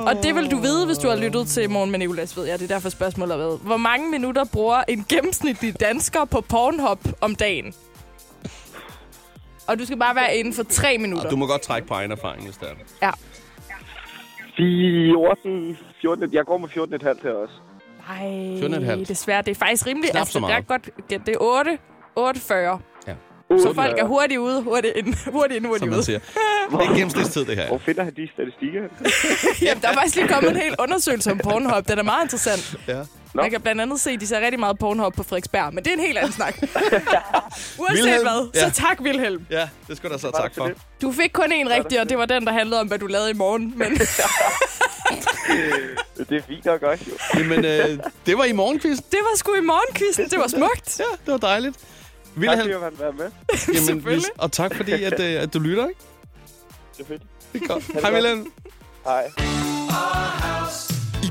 Speaker 4: og det vil du vide, hvis du har lyttet til Morgen med Nicolas, ved jeg. Det er derfor spørgsmålet har været. Hvor mange minutter bruger en gennemsnitlig dansker på Pornhub om dagen? Og du skal bare være inden for tre minutter.
Speaker 3: Og du må godt trække på egen erfaring, hvis det er.
Speaker 4: Ja.
Speaker 5: 14, 14, jeg går med 14,5 her også.
Speaker 4: Nej,
Speaker 3: 17,5.
Speaker 4: desværre. Det er faktisk rimelig.
Speaker 3: Knap så
Speaker 4: det er
Speaker 3: meget.
Speaker 4: godt. Det, det er 8. 48. Så folk er hurtigt ude, hurtigt ind, hurtigt ind,
Speaker 3: Som
Speaker 4: hurtigt
Speaker 3: man
Speaker 4: ude.
Speaker 3: siger. Det er gennemsnitstid, det her.
Speaker 5: Hvor finder han de statistikker?
Speaker 4: Jamen, der er faktisk lige kommet en hel undersøgelse om Pornhub. Den er meget interessant.
Speaker 3: Ja.
Speaker 4: Man kan blandt andet se, at de ser rigtig meget Pornhub på Frederiksberg, men det er en helt anden snak. Uanset
Speaker 3: Vilhelm,
Speaker 4: hvad,
Speaker 3: ja.
Speaker 4: så tak, Vilhelm.
Speaker 3: Ja, det skulle da så tak for.
Speaker 4: Du fik kun en rigtig, og det var den, der handlede om, hvad du lavede i morgen. Men
Speaker 5: Det er fint nok også, jo.
Speaker 3: Jamen, øh, det var i morgenkvisten.
Speaker 4: det var sgu i morgenkvisten. Det var smukt.
Speaker 3: Ja, det var dejligt.
Speaker 5: Tak
Speaker 3: Vilhelm,
Speaker 5: fordi man være med.
Speaker 3: jamen,
Speaker 4: selvfølgelig.
Speaker 3: vi- og tak fordi, at, øh, at du lytter, ikke?
Speaker 5: Selvfølgelig.
Speaker 3: Det er godt. Hej, Vilhelm.
Speaker 5: Hej.
Speaker 1: I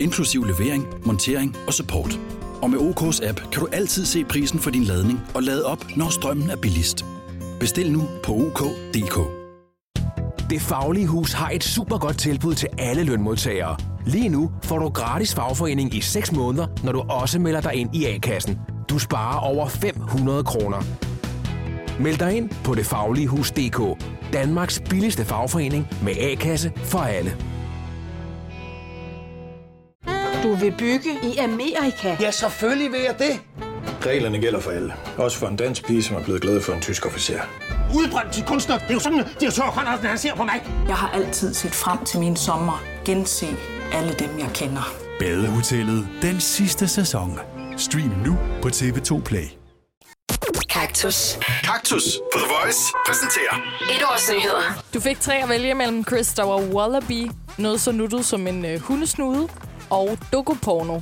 Speaker 7: inklusiv levering, montering og support. Og med OK's app kan du altid se prisen for din ladning og lade op, når strømmen er billigst. Bestil nu på OK.dk.
Speaker 8: Det Faglige Hus har et super godt tilbud til alle lønmodtagere. Lige nu får du gratis fagforening i 6 måneder, når du også melder dig ind i A-kassen. Du sparer over 500 kroner. Meld dig ind på detfagligehus.dk. Danmarks billigste fagforening med A-kasse for alle.
Speaker 9: Du vil bygge i Amerika?
Speaker 10: Ja, selvfølgelig vil jeg det.
Speaker 11: Reglerne gælder for alle. Også for en dansk pige, som er blevet glad for en tysk officer.
Speaker 10: Udbrændt til kunstner. Det er jo sådan, at de har Conradsen, han ser på mig.
Speaker 9: Jeg har altid set frem til min sommer. Gense alle dem, jeg kender.
Speaker 11: Badehotellet. Den sidste sæson. Stream nu på TV2 Play.
Speaker 2: Kaktus.
Speaker 1: Kaktus på The Voice præsenterer
Speaker 2: Et års nyheder.
Speaker 4: Du fik tre at vælge mellem Chris, der var Wallaby, noget så nuttet som en øh, hundesnude, og dokoporno.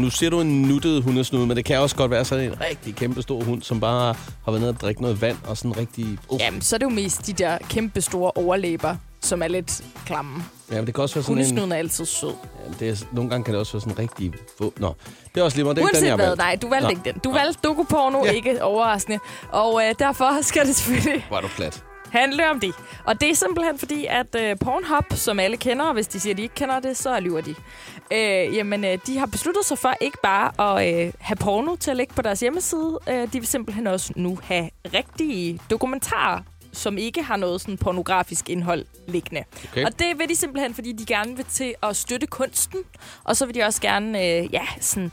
Speaker 3: Nu ser du en nuttet hundesnude, men det kan også godt være sådan en rigtig kæmpe stor hund, som bare har været nede og drikke noget vand og sådan rigtig... Uh.
Speaker 4: Jamen, så er det jo mest de der kæmpe store overlæber, som er lidt klamme.
Speaker 3: Ja, men det kan også være sådan en...
Speaker 4: Hundesnuden er altid sød.
Speaker 3: Jamen, det er, nogle gange kan det også være sådan en rigtig... fu- Nå, det er også lige meget. Det er ikke den,
Speaker 4: Uanset
Speaker 3: jeg
Speaker 4: hvad,
Speaker 3: valgte.
Speaker 4: nej, du valgte
Speaker 3: Nå.
Speaker 4: ikke den. Du valgte dokoporno,
Speaker 3: Ja.
Speaker 4: ikke overraskende. Og øh, derfor skal det selvfølgelig
Speaker 3: Hvor er du plat.
Speaker 4: handle om det. Og det er simpelthen fordi, at øh, Pornhub, som alle kender, og hvis de siger, at de ikke kender det, så lyver de. Øh, jamen, øh, de har besluttet sig for ikke bare at øh, have porno til at ligge på deres hjemmeside. Øh, de vil simpelthen også nu have rigtige dokumentarer som ikke har noget sådan pornografisk indhold liggende.
Speaker 3: Okay.
Speaker 4: Og det vil de simpelthen, fordi de gerne vil til at støtte kunsten, og så vil de også gerne øh, ja, sådan,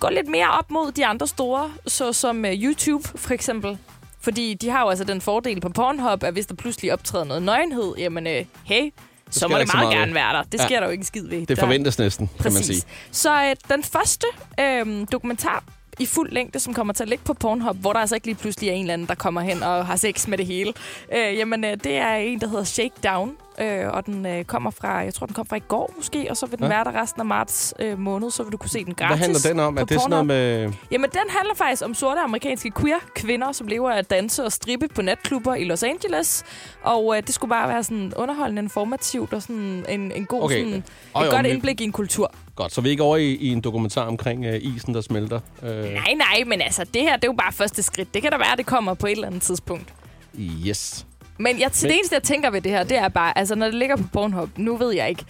Speaker 4: gå lidt mere op mod de andre store, såsom øh, YouTube for eksempel. Fordi de har jo altså den fordel på Pornhub, at hvis der pludselig optræder noget nøgenhed, jamen øh, hey, så
Speaker 3: sker
Speaker 4: må
Speaker 3: der
Speaker 4: det
Speaker 3: ikke så
Speaker 4: meget
Speaker 3: meget
Speaker 4: gerne være der. Det
Speaker 3: Ja.
Speaker 4: sker der jo ikke en skid ved.
Speaker 3: Det
Speaker 4: Der-
Speaker 3: forventes næsten, kan man sige.
Speaker 4: Så øh, den første øh, dokumentar i fuld længde, som kommer til at ligge på Pornhub, hvor der altså ikke lige pludselig er en eller anden, der kommer hen og har sex med det hele. Øh, jamen, øh, det er en, der hedder Shakedown, øh, og den øh, kommer fra, jeg tror, den kom fra i går måske, og så vil den
Speaker 3: Ja.
Speaker 4: ja. være der resten af marts øh, måned, så vil du kunne se den
Speaker 3: Hvad
Speaker 4: gratis
Speaker 3: handler den om?
Speaker 4: på
Speaker 3: Er det sådan noget
Speaker 4: Pornhub.
Speaker 3: med...
Speaker 4: Jamen, den handler faktisk om sorte amerikanske queer kvinder, som lever af at danse og strippe på natklubber i Los Angeles. Og øh, det skulle bare være sådan underholdende, informativt og sådan en, en god,
Speaker 3: Okay.
Speaker 4: sådan, et
Speaker 3: Og jo,
Speaker 4: godt
Speaker 3: men-
Speaker 4: indblik i en kultur.
Speaker 3: Godt, så vi er ikke over i, i en dokumentar omkring øh, isen, der smelter. Øh,
Speaker 4: Nej, nej, men altså, det her, det er jo bare første skridt. Det kan da være, at det kommer på et eller andet tidspunkt.
Speaker 3: yes.
Speaker 4: Men jeg, til det
Speaker 3: Men-
Speaker 4: eneste, jeg tænker ved det her, det er bare, altså, når det ligger på Pornhub, nu ved jeg ikke,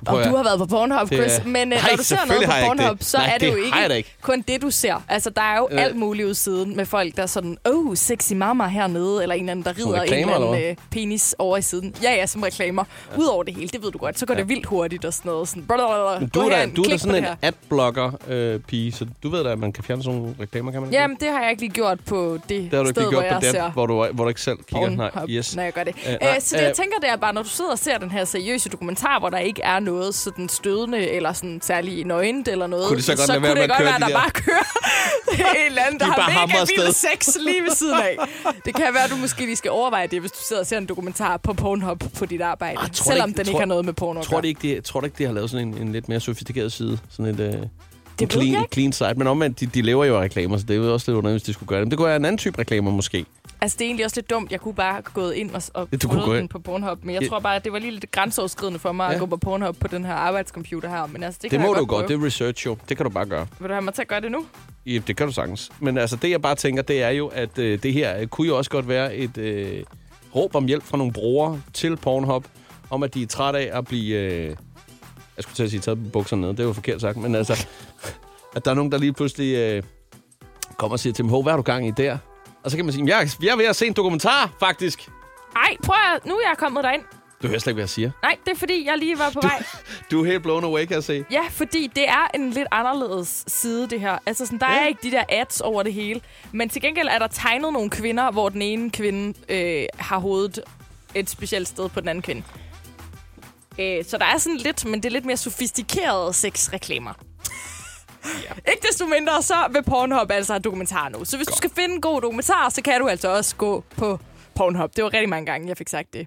Speaker 4: om
Speaker 3: Prøv at-
Speaker 4: du har været på Pornhub,
Speaker 3: Det er-
Speaker 4: Chris, men øh,
Speaker 3: Nej,
Speaker 4: når du ser
Speaker 3: selvfølgelig
Speaker 4: noget på
Speaker 3: har jeg ikke
Speaker 4: Pornhub,
Speaker 3: det.
Speaker 4: så
Speaker 3: Nej,
Speaker 4: er det,
Speaker 3: det
Speaker 4: jo
Speaker 3: har jeg da
Speaker 4: ikke,
Speaker 3: ikke.
Speaker 4: kun det, du ser. Altså, der er jo
Speaker 3: Øh.
Speaker 4: alt muligt ud siden med folk, der er sådan, oh, sexy mama hernede, eller en eller anden, der rider en
Speaker 3: reklamer,
Speaker 4: eller anden
Speaker 3: eller hvad?
Speaker 4: øh, penis over i siden. Ja, ja, som reklamer. Udover det hele, det ved du godt, så går det vildt hurtigt og sådan noget. Sådan, blablabla,
Speaker 3: Men
Speaker 4: gå
Speaker 3: du er da,
Speaker 4: herind,
Speaker 3: du er da
Speaker 4: klik på
Speaker 3: sådan
Speaker 4: det her.
Speaker 3: en adblocker-pige, øh, pige, så du ved da, at man kan fjerne sådan nogle reklamer, kan man ikke?
Speaker 4: Jamen, det har jeg ikke lige gjort på det,
Speaker 3: det har du
Speaker 4: sted,
Speaker 3: ikke lige gjort
Speaker 4: hvor
Speaker 3: på
Speaker 4: jeg
Speaker 3: den,
Speaker 4: ser
Speaker 3: hvor du, hvor du ikke selv kigger. Nej,
Speaker 4: Pornhub,
Speaker 3: yes.
Speaker 4: når jeg gør det.
Speaker 3: Øh,
Speaker 4: Øh,
Speaker 3: nej,
Speaker 4: så det, jeg
Speaker 3: øh,
Speaker 4: tænker, det er bare, når du sidder og ser den her seriøse dokumentar, hvor der ikke er noget noget sådan stødende, eller sådan særlig nøgent eller noget,
Speaker 3: Kunne de så godt lade være
Speaker 4: kunne det
Speaker 3: med at
Speaker 4: godt være,
Speaker 3: køre
Speaker 4: der,
Speaker 3: de
Speaker 4: bare
Speaker 3: der-
Speaker 4: kører en eller anden, der
Speaker 3: De bare
Speaker 4: har
Speaker 3: hamrer
Speaker 4: mega vild
Speaker 3: afsted.
Speaker 4: sex lige ved siden af. Det kan være, du måske lige skal overveje det, hvis du sidder og ser en dokumentar på Pornhub på dit arbejde, Arh,
Speaker 3: Ah, Tror du
Speaker 4: selvom
Speaker 3: ikke-
Speaker 4: den
Speaker 3: tror-
Speaker 4: ikke har noget med porno at
Speaker 3: tror
Speaker 4: gøre.
Speaker 3: det ikke, det, tror det ikke, det har lavet sådan en, en lidt mere sofistikeret side? Sådan et, øh, det
Speaker 4: ved
Speaker 3: en clean,
Speaker 4: jeg ikke.
Speaker 3: clean site. Men omvendt, de, de lever jo af reklamer, så det er jo også lidt underligt, hvis de skulle gøre det. Men det kunne være en anden type reklamer måske.
Speaker 4: Altså, det er egentlig også lidt dumt. Jeg kunne bare have gået ind og, og
Speaker 3: Ja, du kunne
Speaker 4: fundet
Speaker 3: gå
Speaker 4: den
Speaker 3: ind.
Speaker 4: på Pornhub, men jeg
Speaker 3: Ja.
Speaker 4: tror bare, at det var lige lidt grænseoverskridende for mig ja.
Speaker 3: Ja.
Speaker 4: at gå på Pornhub på den her arbejdscomputer her. Men altså, det,
Speaker 3: Det,
Speaker 4: kan
Speaker 3: det må
Speaker 4: jeg
Speaker 3: du godt,
Speaker 4: prøve.
Speaker 3: det er research jo. Det kan du bare gøre.
Speaker 4: Vil du have mig til at gøre det nu?
Speaker 3: Ja, det kan du sagtens. Men altså, det jeg bare tænker, det er jo, at øh, det her øh, kunne jo også godt være et øh, råb om hjælp fra nogle brugere til Pornhub, om at de er trætte af at blive... Øh, jeg skulle til at sige, taget bukserne ned. Det er jo forkert sagt, men altså... At der er nogen, der lige pludselig øh, kommer og siger til dem, "Hov, hvad har du gang i der? Og så kan man sige, jeg, jeg er ved at se en dokumentar, faktisk.
Speaker 4: Ej, prøv at, nu er jeg kommet derind.
Speaker 3: Du hører slet ikke, hvad jeg siger.
Speaker 4: Nej, det er fordi, jeg lige var på vej.
Speaker 3: Du er helt blown away, kan jeg se.
Speaker 4: Ja, fordi det er en lidt anderledes side, det her. Altså, sådan, der ja. er ikke de der ads over det hele. Men til gengæld er der tegnet nogle kvinder, hvor den ene kvinde øh, har hovedet et specielt sted på den anden kvinde. Øh, så der er sådan lidt, men det er lidt mere sofistikerede sexreklamer. Ja. Ikke desto mindre, så vil Pornhub altså have dokumentar nu. Så hvis Godt. du skal finde en god dokumentar, så kan du altså også gå på Pornhub. Det var rigtig mange gange, jeg fik sagt det.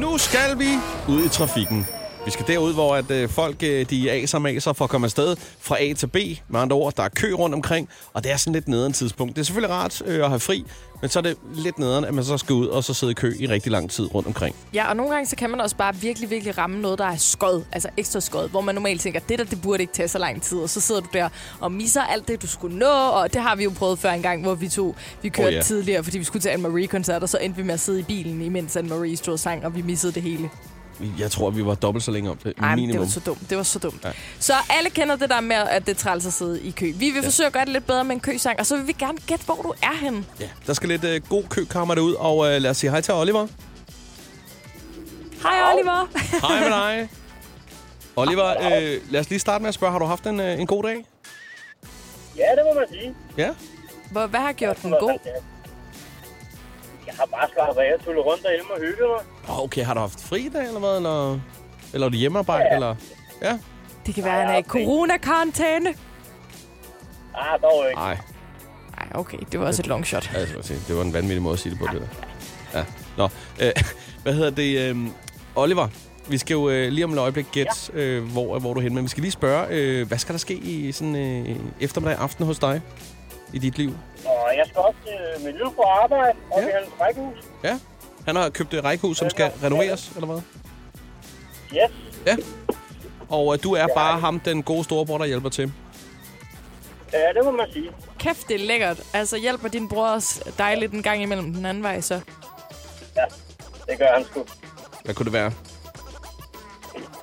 Speaker 3: Nu skal vi ud i trafikken. Vi skal derud, hvor at, øh, folk øh, de aser maser for at komme afsted fra A til B. Med andre ord, der er kø rundt omkring, og det er sådan lidt nederen tidspunkt. Det er selvfølgelig rart øh, at have fri, men så er det lidt nederen, at man så skal ud og så sidde i kø i rigtig lang tid rundt omkring.
Speaker 4: Ja, og nogle gange så kan man også bare virkelig, virkelig ramme noget, der er skød, altså ekstra skød, hvor man normalt tænker, det der, det burde ikke tage så lang tid, og så sidder du der og misser alt det, du skulle nå, og det har vi jo prøvet før en gang, hvor vi to, vi kørte oh,
Speaker 3: ja.
Speaker 4: yeah. tidligere, fordi vi skulle til Anne-Marie-koncert, og så endte vi med at sidde i bilen, imens Anne-Marie stod og sang, og vi missede det hele.
Speaker 3: Jeg tror, vi var dobbelt så længe om det.
Speaker 4: Ej, men det
Speaker 3: minimum.
Speaker 4: var så dumt. Det var så dumt.
Speaker 3: Ja.
Speaker 4: Ja. Så alle kender det der med, at det er træls at sidde i kø. Vi vil ja. forsøge at gøre det lidt bedre med en køsang, og så vil vi gerne gætte, hvor du er henne.
Speaker 3: Ja. Der skal lidt øh, god køkammer derud, og øh, lad os sige hej til Oliver.
Speaker 4: Hej, Oliver.
Speaker 3: Hej med dig. Oliver, øh, lad os lige starte med at spørge, har du haft en, øh, en god dag?
Speaker 6: Ja, det må man sige.
Speaker 3: Ja?
Speaker 4: Hvor, hvad har gjort den god?
Speaker 6: Jeg har bare slappet af og tullet rundt derhjemme og hygget mig.
Speaker 3: Åh, Okay, har du haft fri i dag eller hvad? Eller, eller er du hjemmearbejde? Ja. Eller? Ja.
Speaker 4: Det kan være, at han er i corona-karantæne.
Speaker 6: Ah, dog ikke.
Speaker 3: Nej.
Speaker 4: Nej, okay. Det var også et long shot.
Speaker 3: Ja, det, var, det var en vanvittig måde at sige det på, det der. Ja. Nå, øh, hvad hedder det? Øh, Oliver, vi skal jo øh, lige om et øjeblik gætte, ja. øh, hvor, hvor du er henne. Men vi skal lige spørge, øh, hvad skal der ske i sådan øh, eftermiddag aften hos dig? I dit liv?
Speaker 6: Og jeg skal også til min lille på arbejde og ja. i hans rækkehus.
Speaker 3: Ja. Han har købt et rækkehus, som skal renoveres, eller hvad?
Speaker 6: Yes,
Speaker 3: Ja. Og øh, du er bare ham, den gode storebror, der hjælper til.
Speaker 6: ja, det må man sige.
Speaker 4: Kæft, det er lækkert. Altså, hjælper din bror også dig lidt en gang imellem den anden vej, så?
Speaker 6: Ja, det gør han sgu.
Speaker 3: Hvad kunne det være?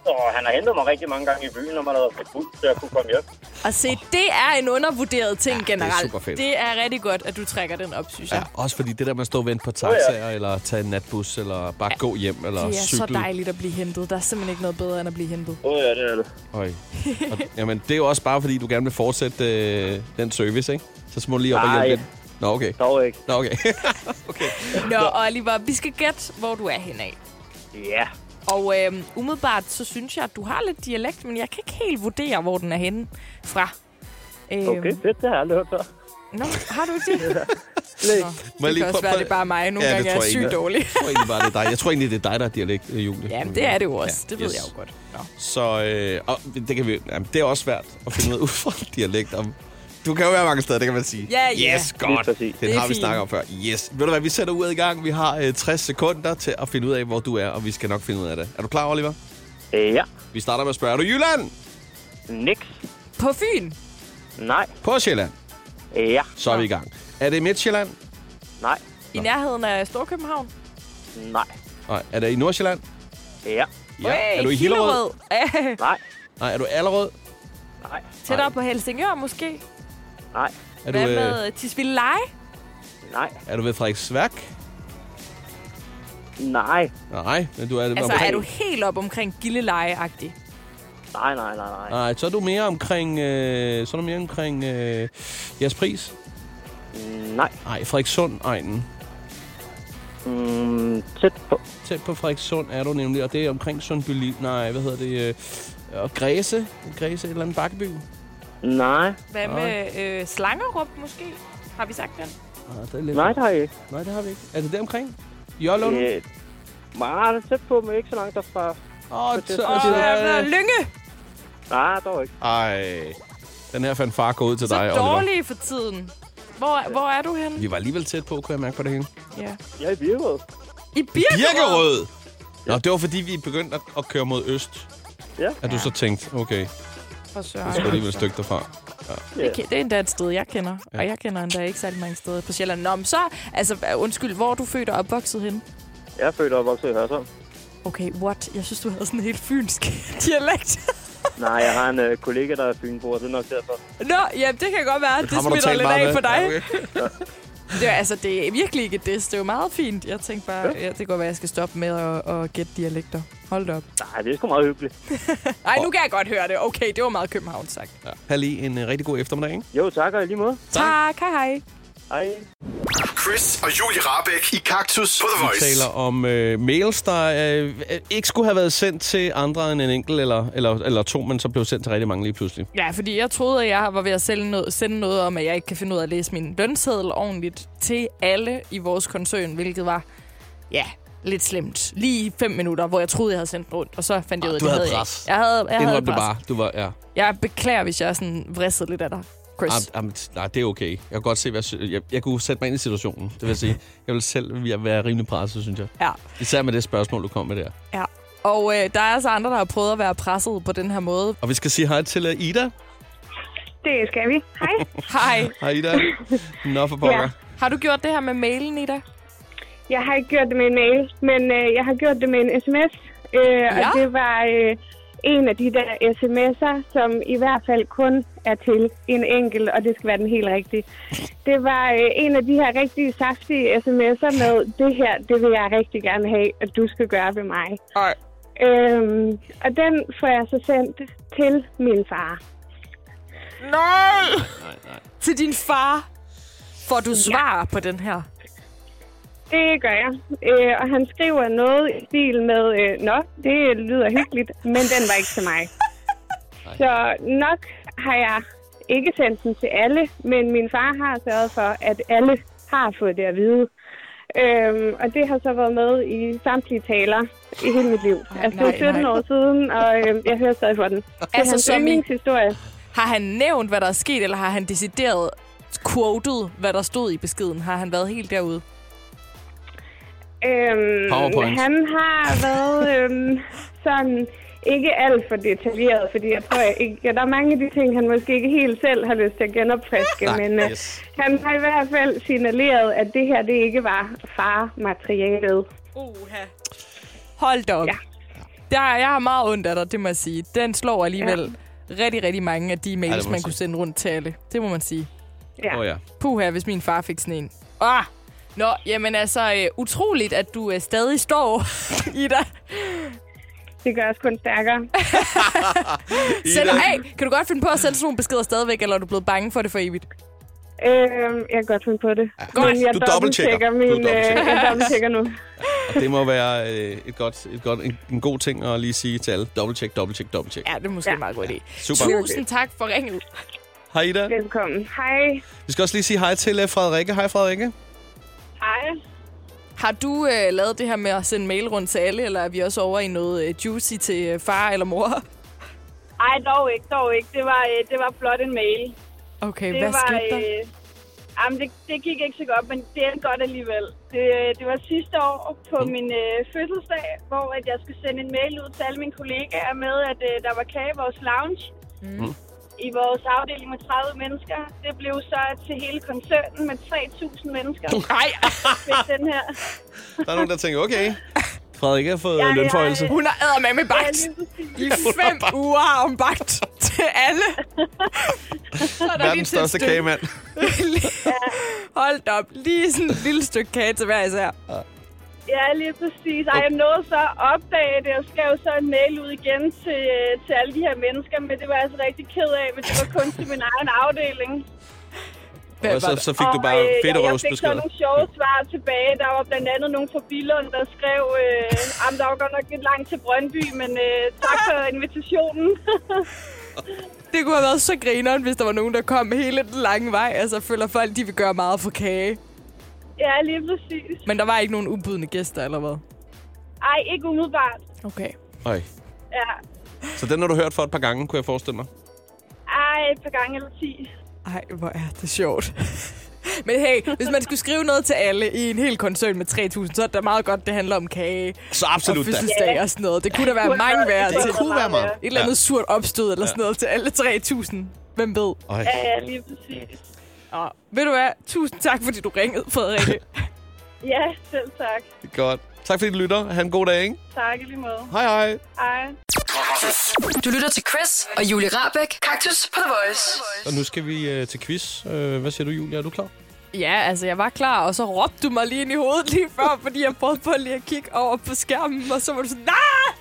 Speaker 6: Og han har hentet mig rigtig mange gange i byen, når man har været for fuld, så jeg kunne komme hjem.
Speaker 4: Og se, det er en undervurderet ting ja, generelt.
Speaker 3: superfedt.
Speaker 4: det er rigtig godt, at du trækker den op, synes jeg.
Speaker 3: Også fordi det der med at stå og vente på taxaer, ja. eller tage en natbus, eller bare ja. gå hjem, eller
Speaker 4: det er
Speaker 3: cykle.
Speaker 4: så dejligt at blive hentet. Der er simpelthen ikke noget bedre, end at blive hentet.
Speaker 6: Åh oh, ja, det er det.
Speaker 3: Øj. Og, jamen, det er jo også bare, fordi du gerne vil fortsætte øh, den service, ikke? Så må du lige op og
Speaker 6: Nej.
Speaker 3: hjælpe lidt. Nå, okay.
Speaker 6: Dog ikke.
Speaker 3: Nå, okay.
Speaker 4: Nå, Oliver, vi skal gætte, hvor du er henad.
Speaker 6: Ja.
Speaker 4: Og øhm, umiddelbart, så synes jeg, at du har lidt dialekt, men jeg kan ikke helt vurdere, hvor den er henne fra. Øhm,
Speaker 6: Okay, fedt, det har jeg aldrig hørt før.
Speaker 4: Nå, har du det? Nå, det
Speaker 3: jeg
Speaker 4: kan
Speaker 3: lige
Speaker 4: også
Speaker 3: prøve-
Speaker 4: være, det er bare mig. Nogle ja, gange er jeg sygt dårlig.
Speaker 3: Jeg tror egentlig bare, det er dig. Jeg tror egentlig, det er dig, der er dialekt, øh, Julie.
Speaker 4: Jamen, det er det jo også. Det ved jeg jo godt. Nå.
Speaker 3: Så øh, og det, kan vi, jamen, det er også svært at finde ud af ud fra dialekt. Om, du kan jo være mange steder, det kan man sige.
Speaker 4: Ja, ja.
Speaker 3: Yes,
Speaker 4: Lige
Speaker 3: godt.
Speaker 6: præcis.
Speaker 3: Den
Speaker 4: Det er
Speaker 3: har vi
Speaker 4: fint.
Speaker 3: snakket om før. Yes. Ved du hvad, vi sætter ud i gang. Vi har øh, 60 sekunder til at finde ud af, hvor du er, og vi skal nok finde ud af det. Er du klar, Oliver?
Speaker 6: Ja.
Speaker 3: Vi starter med at spørge, er du i Jylland?
Speaker 6: Niks.
Speaker 4: På Fyn?
Speaker 6: Nej.
Speaker 3: På Sjælland?
Speaker 6: Ja.
Speaker 3: Så er vi i gang. Er det Midtjylland?
Speaker 6: Nej.
Speaker 4: I nærheden af Storkøbenhavn?
Speaker 6: Nej.
Speaker 3: Nej. Er det i Nordsjælland?
Speaker 6: Ja.
Speaker 4: Hey,
Speaker 3: er du i Hillerød?
Speaker 4: Hillerød.
Speaker 6: Nej.
Speaker 3: Nej, er du i Allerød?
Speaker 6: Nej.
Speaker 4: Tættere på Helsingør måske?
Speaker 6: Nej.
Speaker 3: Er du,
Speaker 4: Hvad
Speaker 3: øh,
Speaker 4: med Tisvildeleje?
Speaker 6: Nej.
Speaker 3: er du ved Frederiksværk?
Speaker 6: Nej.
Speaker 3: Nej, men du er
Speaker 4: Altså,
Speaker 3: omkring-
Speaker 4: er du helt op omkring Gilleleje-agtig?
Speaker 6: Nej, nej, nej, nej.
Speaker 3: Nej, så er du mere omkring... Øh, så er du mere omkring øh, jeres pris?
Speaker 6: Nej.
Speaker 3: Nej, Frederikssund egnen. Mm, tæt på. Tæt på Frederikssund er du nemlig, og det er omkring Sundby... Li- Nej, hvad hedder det? Øh, og Græse? Græse, et eller andet bakkeby? Nej.
Speaker 4: Hvad med øh, Slangerup måske? Har vi sagt den?
Speaker 3: Ah, det er lidt
Speaker 12: Nej, det har jeg ikke.
Speaker 3: Nej, det har vi ikke. Er det deromkring?
Speaker 6: Øhm.
Speaker 3: Jørlund?
Speaker 12: Øh, meget tæt på, men ikke så langt derfra.
Speaker 3: Åh,
Speaker 12: oh,
Speaker 3: så- så- øh,
Speaker 4: Lynge!
Speaker 12: Nej, dog ikke.
Speaker 3: Ej, den her fandt far gå ud til dig, Oliver.
Speaker 4: Dårlige for tiden. Hvor, hvor er du henne?
Speaker 3: Vi var alligevel tæt på, kunne jeg mærke på det hele.
Speaker 4: Ja.
Speaker 12: Jeg er i Birkerød.
Speaker 4: I Birkerød?
Speaker 3: Birkerød! Nå, det var fordi, vi begyndte at, at køre mod øst.
Speaker 12: Ja.
Speaker 3: At du så tænkte, okay,
Speaker 4: For
Speaker 3: det
Speaker 4: søren.
Speaker 3: skulle alligevel et stykke derfra. Ja.
Speaker 4: Det, kan- det er endda et sted, jeg kender. Ja. Og jeg kender endda ikke særlig mange steder på Sjælland. Nå, men så, altså, undskyld, hvor er du født og opvokset henne?
Speaker 12: Jeg er født og opvokset i Hørsholm.
Speaker 4: Okay, what? Jeg synes, du havde sådan en helt fynsk dialekt.
Speaker 12: Nej, jeg har en øh, kollega, der er fynbo, og det er nok derfor.
Speaker 4: Nå, ja, det kan godt være. Det,
Speaker 12: rammer du
Speaker 4: smitter
Speaker 12: talt
Speaker 4: lidt
Speaker 12: meget med.
Speaker 4: af på dig.
Speaker 12: Ja, okay.
Speaker 4: det, er, altså, det er virkelig ikke et diss. Det er jo meget fint. Jeg tænkte bare, ja. Ja, det kan godt være, jeg skal stoppe med at, at gætte dialekter. Hold da op.
Speaker 12: Nej, det er sgu meget hyggeligt.
Speaker 4: Nej, nu kan jeg godt høre det. Okay, det var meget København sagt.
Speaker 3: øh, Ja. Have lige en uh, rigtig god eftermiddag, ikke?
Speaker 12: Jo, tak og i lige måde.
Speaker 4: Tak, hej hej.
Speaker 12: Hej.
Speaker 13: Chris og Julie Rabeck i Kaktus på The
Speaker 3: Vi
Speaker 13: Voice.
Speaker 3: taler om øh, mails, der øh, øh, ikke skulle have været sendt til andre end en enkelt eller, eller, eller to, men så blev sendt til rigtig mange lige pludselig.
Speaker 4: Ja, fordi jeg troede, at jeg var ved at sælge noget, sende noget om, at jeg ikke kan finde ud af at læse min lønseddel ordentligt til alle i vores koncern, hvilket var, ja, lidt slemt. Lige fem minutter, hvor jeg troede, jeg havde sendt den rundt, og så fandt jeg ud af,
Speaker 3: du
Speaker 4: det
Speaker 3: havde
Speaker 4: havde
Speaker 3: pres.
Speaker 4: Jeg, ikke. jeg havde, jeg havde
Speaker 3: Indrøm det
Speaker 4: pres.
Speaker 3: bare. Du var, ja.
Speaker 4: Jeg beklager, hvis jeg sådan vridsede lidt af dig, Chris.
Speaker 3: Am, am, Ah, nej, det er okay. Jeg kan godt se, hvad jeg, sy- jeg, jeg kunne sætte mig ind i situationen. Det vil sige, jeg vil selv jeg være rimelig presset, synes jeg.
Speaker 4: Ja.
Speaker 3: Især med det spørgsmål, du kom med der.
Speaker 4: Ja. Og øh, der er altså andre, der har prøvet at være presset på den her måde.
Speaker 3: Og vi skal sige hej til øh, Ida.
Speaker 14: Det skal vi. Hej.
Speaker 4: Hej.
Speaker 3: Hej Ida. Nå for pokker.
Speaker 14: Ja.
Speaker 4: Har du gjort det her med mailen, Ida?
Speaker 14: Jeg har ikke gjort det med en mail, men øh, jeg har gjort det med en sms. Øh, ja. Og
Speaker 4: Ja.
Speaker 14: det var øh, en af de der sms'er, som i hvert fald kun er til en enkelt, og det skal være den helt rigtige. Det var øh, en af de her rigtig saftige sms'er med, det her, det vil jeg rigtig gerne have, at du skal gøre ved mig.
Speaker 4: Ej.
Speaker 14: Øhm, og den får jeg så sendt til min far.
Speaker 4: Nej! Til din far får du svar ja. på den her.
Speaker 14: Det gør jeg. Øh, og han skriver noget i stil med, øh, Nå, det lyder hyggeligt, men den var ikke til mig. Så nok har jeg ikke sendt den til alle, men min far har sørget for, at alle har fået det at vide. Øhm, og det har så været med i samtlige taler i hele mit liv.
Speaker 4: Ej,
Speaker 14: altså, det
Speaker 4: nej,
Speaker 14: er 17
Speaker 4: nej.
Speaker 14: år siden, og øh, jeg hører stadig for den. Det er
Speaker 4: Altså,
Speaker 14: hans
Speaker 4: som i-
Speaker 14: yndlingshistorie.
Speaker 4: Har han nævnt, hvad der er sket, eller har han decideret quoted, hvad der stod i beskeden? Har han været helt derude?
Speaker 14: Øhm,
Speaker 4: PowerPoint.
Speaker 14: Han har været øhm, sådan ikke alt for detaljeret, fordi jeg tror, jeg ikke, ja, der er mange af de ting, han måske ikke helt selv har lyst til at genopfriske,
Speaker 15: Nej,
Speaker 14: men øh,
Speaker 15: yes.
Speaker 14: han har i hvert fald signaleret, at det her det ikke var farmaterialet.
Speaker 4: Uha. Hold da op. Ja. Der, jeg har meget ondt af dig, det må jeg sige. Den slår alligevel ja. rigtig, rigtig mange af de mails,
Speaker 3: Ja, det
Speaker 4: ja,
Speaker 3: må
Speaker 4: man
Speaker 3: man
Speaker 4: kunne
Speaker 3: sige.
Speaker 4: sende rundt til alle. Det må man sige.
Speaker 3: Åh ja.
Speaker 4: Puh her, hvis min far fik sådan en. Ah! Nå, jamen altså, øh, utroligt, at du øh, stadig står, Ida.
Speaker 14: Det gør os kun stærkere.
Speaker 4: Selv, hey, kan du godt finde på at sende sådan nogle beskeder stadigvæk, eller er du blevet bange for det for evigt?
Speaker 14: Øhm, jeg kan godt finde på det.
Speaker 4: Godt.
Speaker 14: Men jeg
Speaker 3: Ah, Du dobbelttjekker. Du
Speaker 14: min, øh,
Speaker 3: dobbelttjekker.
Speaker 14: jeg dobbelttjekker nu.
Speaker 3: Og det må være øh, et godt, et godt, en, en god ting at lige sige til alle. Dobbelttjek, dobbelttjek, dobbelttjek.
Speaker 4: Ja, det er måske ja. en meget god idé.
Speaker 3: Super.
Speaker 4: Tusind tak for ringet.
Speaker 3: Hej Ida.
Speaker 14: Velkommen. Hej.
Speaker 3: Vi skal også lige sige hej til øh, Frederikke. Hej Frederikke.
Speaker 14: Hej.
Speaker 4: Har du øh, lavet det her med at sende mail rundt til alle, eller er vi også over i noget øh, juicy til øh, far eller mor?
Speaker 15: Ej, dog ikke, dog ikke. Det var, øh, det var flot en mail.
Speaker 4: Okay,
Speaker 15: det
Speaker 4: hvad
Speaker 15: var,
Speaker 4: skete der?
Speaker 15: Øh, jamen, det, det gik ikke så godt, men det endte godt alligevel. Det, øh, det var sidste år på mm. min øh, fødselsdag, hvor at jeg skulle sende en mail ud til alle mine kollegaer med, at øh, der var kage i vores lounge
Speaker 4: Mm.
Speaker 15: i vores afdeling med 30 mennesker. Det blev så til hele koncernen med 3.000 mennesker.
Speaker 4: Nej!
Speaker 15: Fik den her.
Speaker 3: Der er nogen, der tænker, okay, Frederikke har fået
Speaker 15: Ja,
Speaker 3: ja,
Speaker 15: ja,
Speaker 3: lønforhøjelse.
Speaker 4: Hun har æder med med
Speaker 15: Ja,
Speaker 4: bagt
Speaker 15: lige præcis.
Speaker 4: i fem uger om bagt til alle. Så er der lige
Speaker 3: Verdens
Speaker 4: til et
Speaker 3: største
Speaker 4: stykke-
Speaker 3: kagemand.
Speaker 4: Hold da op. Lige sådan et lille stykke kage til hver især.
Speaker 15: Ja, lige præcis. Ej, jeg nåede så at opdage det, og skrev så en mail ud igen til, øh, til alle de her mennesker, men det var jeg altså rigtig ked af, men det var kun til min egen afdeling.
Speaker 4: Hvad
Speaker 3: Og så-
Speaker 4: var det?
Speaker 3: så fik du bare
Speaker 15: øh, Jeg fik så
Speaker 3: fedterøvsbeskeder.
Speaker 15: nogle sjove svar tilbage. Der var blandt andet nogen fra Billund, der skrev, øh, "Am, der var godt nok lidt langt til Brøndby, men øh, tak for invitationen.
Speaker 4: Det kunne have været så grineren, hvis der var nogen, der kom hele den lange vej. Altså, føler folk, de vil gøre meget for kage.
Speaker 15: ja, lige præcis.
Speaker 4: Men der var ikke nogen ubudne gæster, eller hvad?
Speaker 15: Ej, ikke umiddelbart.
Speaker 4: Okay.
Speaker 3: Ej.
Speaker 15: Ja.
Speaker 3: Så den har du hørt for et par gange, kunne jeg forestille mig.
Speaker 15: Ej, et par gange eller ti.
Speaker 4: Ej, hvor er det sjovt. Men hey, hvis man skulle skrive noget til alle i en hel koncern med 3.000, så er det da meget godt, det handler om kage.
Speaker 3: Så absolut
Speaker 4: Og
Speaker 3: da.
Speaker 4: fødselsdag og sådan noget. Det kunne da være mange værd.
Speaker 15: Det
Speaker 4: til.
Speaker 15: kunne være meget.
Speaker 4: Et eller andet
Speaker 3: Ja.
Speaker 4: surt opstød eller
Speaker 3: Ja.
Speaker 4: sådan noget til alle 3.000. Hvem ved?
Speaker 3: Ej.
Speaker 15: Ja, ja, lige præcis.
Speaker 4: Og ved du hvad? Tusind tak, fordi du ringede, Frederikke.
Speaker 15: Ja, selv tak.
Speaker 3: Godt. Tak fordi du lytter. Ha' en god dag, ikke?
Speaker 15: Tak i lige måde.
Speaker 3: Hej hej.
Speaker 15: Hej.
Speaker 2: Du lytter til Chris og Julie Rabeck. Kaktus på The Voice.
Speaker 3: Og nu skal vi øh, til quiz. Øh, hvad siger du, Julia? Er du klar?
Speaker 4: ja, altså jeg var klar, og så råbte du mig lige ind i hovedet lige før, fordi jeg prøvede på lige at kigge over på skærmen, og så var du sådan, nej!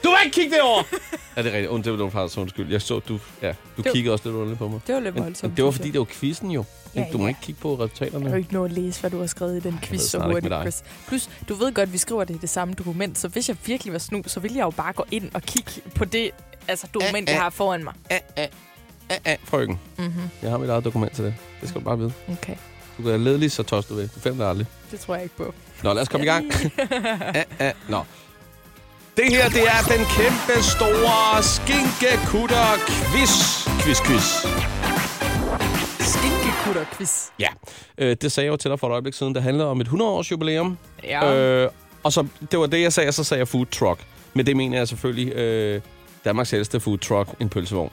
Speaker 3: Du må ikke kigge derover! er det rigtigt? Und, det var du faktisk undskyld. Jeg så, du, ja, du
Speaker 4: Det var-
Speaker 3: kiggede også lidt underligt på mig.
Speaker 4: Det var lidt
Speaker 3: Men-
Speaker 4: voldsomt,
Speaker 3: Men det var,
Speaker 4: synes
Speaker 3: fordi det var quizzen jo.
Speaker 4: Ja,
Speaker 3: Ikke? du må
Speaker 4: ja.
Speaker 3: ikke kigge på resultaterne.
Speaker 4: Jeg kan jo ikke nå at læse, hvad du har skrevet i den quiz
Speaker 3: ved
Speaker 4: så
Speaker 3: snart ikke
Speaker 4: hurtigt,
Speaker 3: med dig.
Speaker 4: Chris. Plus, du ved godt, at vi skriver det i det samme dokument, så hvis jeg virkelig var snu, så ville jeg jo bare gå ind og kigge på det altså, dokument,
Speaker 3: Ah,
Speaker 4: jeg
Speaker 3: ah.
Speaker 4: har foran mig.
Speaker 3: Ah, ah, frøken.
Speaker 4: Mhm.
Speaker 3: Jeg har mit eget dokument til det. Det skal du bare vide.
Speaker 4: Okay,
Speaker 3: Du kan lede lige så tosset du vil. Du finder det aldrig.
Speaker 4: det tror jeg ikke på.
Speaker 3: Nå, lad os komme i gang. ah, ah, nå. Det her, det er den kæmpe store skinkekutter quiz. Quiz, quiz.
Speaker 4: Skinkekutter-quiz.
Speaker 3: Ja, øh, det sagde jeg jo til dig for et øjeblik siden. Det handler om et 100-års jubilæum.
Speaker 4: Ja.
Speaker 3: Øh, og så, det var det, jeg sagde, og så sagde jeg food truck. Men det mener jeg selvfølgelig øh, Danmarks ældste food truck, en pølsevogn.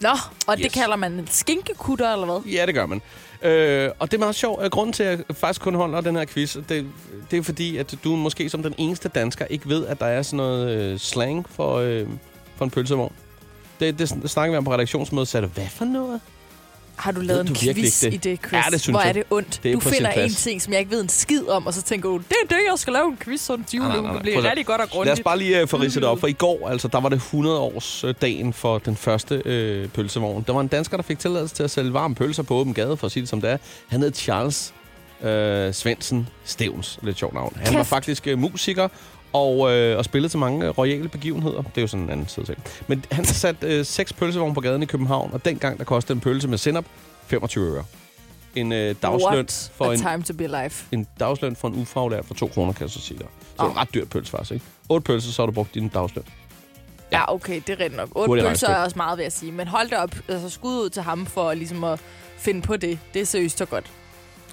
Speaker 4: Nå, og yes. det kalder man en skinkekutter, eller hvad?
Speaker 3: Ja, det gør man. Øh, og det er meget sjovt. Øh, Grunden til, at jeg faktisk kun holder den her quiz, det, det er fordi, at du måske som den eneste dansker ikke ved, at der er sådan noget øh, slang for, øh, for en pølsevogn. Det, det, sn- det snakker vi om på redaktionsmødet, så er det, hvad for noget?
Speaker 4: Har du lavet
Speaker 3: Ved
Speaker 4: en
Speaker 3: du virkelig
Speaker 4: quiz
Speaker 3: ikke
Speaker 4: i
Speaker 3: det?
Speaker 4: det, Chris?
Speaker 3: Ja, det synes
Speaker 4: Hvor er
Speaker 3: jeg.
Speaker 4: det ondt.
Speaker 3: Det er
Speaker 4: du
Speaker 3: på sin
Speaker 4: finder en
Speaker 3: plads.
Speaker 4: ting, som jeg ikke ved en skid om, og så tænker du, det er det, jeg skal lave en quiz sådan til jul.
Speaker 3: Nej, nej, nej,
Speaker 4: Det
Speaker 3: nej.
Speaker 4: bliver
Speaker 3: Prøv at-
Speaker 4: rigtig godt og
Speaker 3: Lad
Speaker 4: grundigt.
Speaker 3: os bare lige øh, få ridset det op, for i går, altså, der var det 100-årsdagen for den første øh, pølsevogn. Der var en dansker, der fik tilladelse til at sælge varme pølser på åben gade, for at sige det som det er. Han hed Charles øh, Svendsen Stevens, lidt sjovt navn. Han var
Speaker 1: Kæft.
Speaker 3: faktisk øh, musiker og, øh, og spillede til mange øh, royale begivenheder. Det er jo sådan en anden side til. Men han satte øh, seks pølsevogne på gaden i København, og dengang der kostede en pølse med sennep 25 øre. En øh, dagsløn
Speaker 4: What
Speaker 3: for
Speaker 4: a
Speaker 3: en
Speaker 4: time to be alive.
Speaker 3: en dagsløn for en ufaglært for 2 kroner, kan jeg så sige dig. Så oh. en ret dyr pølse faktisk, ikke? 8 pølser, så har du brugt din dagsløn.
Speaker 4: Ja, okay, det er rent nok. Otte
Speaker 3: Hurtigt
Speaker 4: pølser er
Speaker 3: regnestykke.
Speaker 4: også meget ved at sige. Men hold da op, altså skud ud til ham for ligesom at finde på det. Det er seriøst så godt.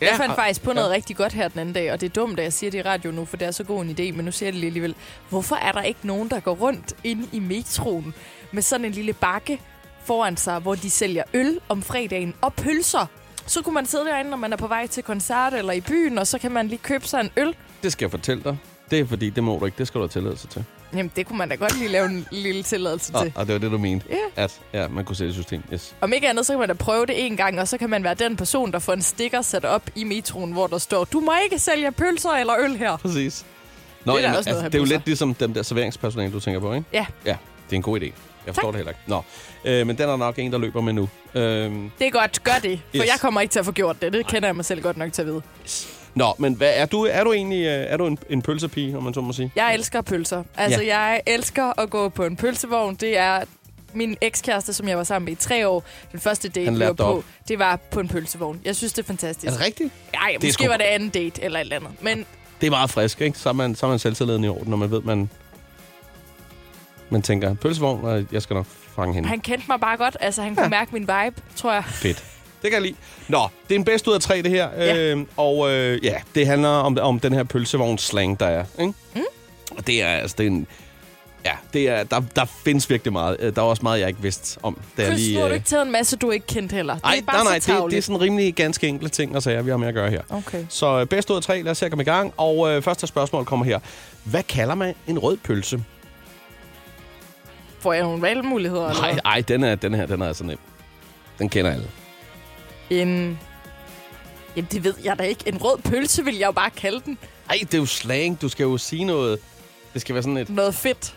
Speaker 4: Ja, jeg fandt
Speaker 2: og-
Speaker 4: faktisk på noget
Speaker 2: ja.
Speaker 4: rigtig godt her den anden dag, og det er dumt, at jeg siger det i radio nu, for det er så god en idé, men nu siger jeg det lige alligevel. Hvorfor er der ikke nogen, der går rundt inde i metroen med sådan en lille bakke foran sig, hvor de sælger øl om fredagen og pølser? Så kunne man sidde derinde, når man er på vej til koncert eller i byen, og så kan man lige købe sig en øl.
Speaker 3: Det skal jeg fortælle dig. Det er fordi, det må du ikke. Det skal du have tilladelse til.
Speaker 4: Jamen, det kunne man da godt lige lave en lille tilladelse til.
Speaker 2: Ah.
Speaker 3: Og, og det var det, du mente.
Speaker 4: Ja.
Speaker 3: At ja, man kunne sælge system. Yes.
Speaker 4: Om ikke andet, så kan man da prøve det en gang, og så kan man være den person, der får en sticker sat op i metroen, hvor der står, du må ikke sælge pølser eller øl her.
Speaker 3: Præcis.
Speaker 4: Det er da
Speaker 3: jamen,
Speaker 4: også noget at have
Speaker 3: det er jo
Speaker 4: på sig.
Speaker 3: lidt ligesom dem der serveringspersonale, du tænker på, ikke?
Speaker 4: Ja.
Speaker 3: Ja, det er en god idé. Jeg forstår tak. det heller ikke. Nå, øh, men den er nok en, der løber med nu. Øh,
Speaker 4: Det er godt, gør det, for
Speaker 3: Yes.
Speaker 4: yes. jeg kommer ikke til at få gjort det. Det kender jeg mig selv godt nok til at vide.
Speaker 3: nå, men hvad er du, er du egentlig øh, er du en, en pølsepige, om man så må sige?
Speaker 4: Jeg elsker pølser. Altså,
Speaker 3: Ja.
Speaker 4: ja. jeg elsker at gå på en pølsevogn. Det er min ekskæreste, som jeg var sammen med i tre år, den første date,
Speaker 3: Han
Speaker 4: vi
Speaker 3: lærte
Speaker 4: var
Speaker 3: dig op.
Speaker 4: på, det var på en pølsevogn. Jeg synes, det er fantastisk.
Speaker 3: Er det rigtigt?
Speaker 4: Nej,
Speaker 3: Det er
Speaker 4: måske
Speaker 3: sgu-
Speaker 4: var det anden date eller et eller andet. Men
Speaker 3: Det er meget frisk, ikke? Så er man, så er man selvtilliden i orden, når man ved, man... Man tænker, pølsevogn, og jeg skal nok fange hende.
Speaker 4: han kendte mig bare godt. Altså, han kunne mærke min vibe, tror jeg.
Speaker 3: Fedt. Det kan jeg lide. Nå, det er en bedst ud af tre, det her. Ja. Øh, og øh, ja, det handler om, om den her pølsevogns-slang, der er. Ikke? Mm. Og det er altså, det er en, Ja, det er, der, der findes virkelig meget. Øh, Der er også meget, jeg ikke vidste om. Da jeg
Speaker 4: Chris, lige, nu har du
Speaker 3: øh,
Speaker 4: ikke taget en masse, du ikke kendte heller. Det
Speaker 3: Ej,
Speaker 4: er bare
Speaker 3: nej, nej,
Speaker 4: så
Speaker 3: det, det er
Speaker 4: tarveligt.
Speaker 3: sådan rimelig ganske enkle ting og sager, vi har med at gøre her.
Speaker 4: Okay.
Speaker 3: Så øh, bedst ud af tre, lad os se at komme i gang. Og øh, første spørgsmål kommer her. Hvad kalder man en rød pølse?
Speaker 4: Får jeg nogle valgmuligheder? eller
Speaker 3: Nej,
Speaker 4: hvad?
Speaker 3: nej, den, er, den her den er altså nem. Den kender alle.
Speaker 4: En... Jamen, det ved jeg da ikke. En rød pølse vil jeg jo bare kalde den.
Speaker 3: Ej, det er jo slang. Du skal jo sige noget. Det skal være sådan et...
Speaker 4: Noget fedt.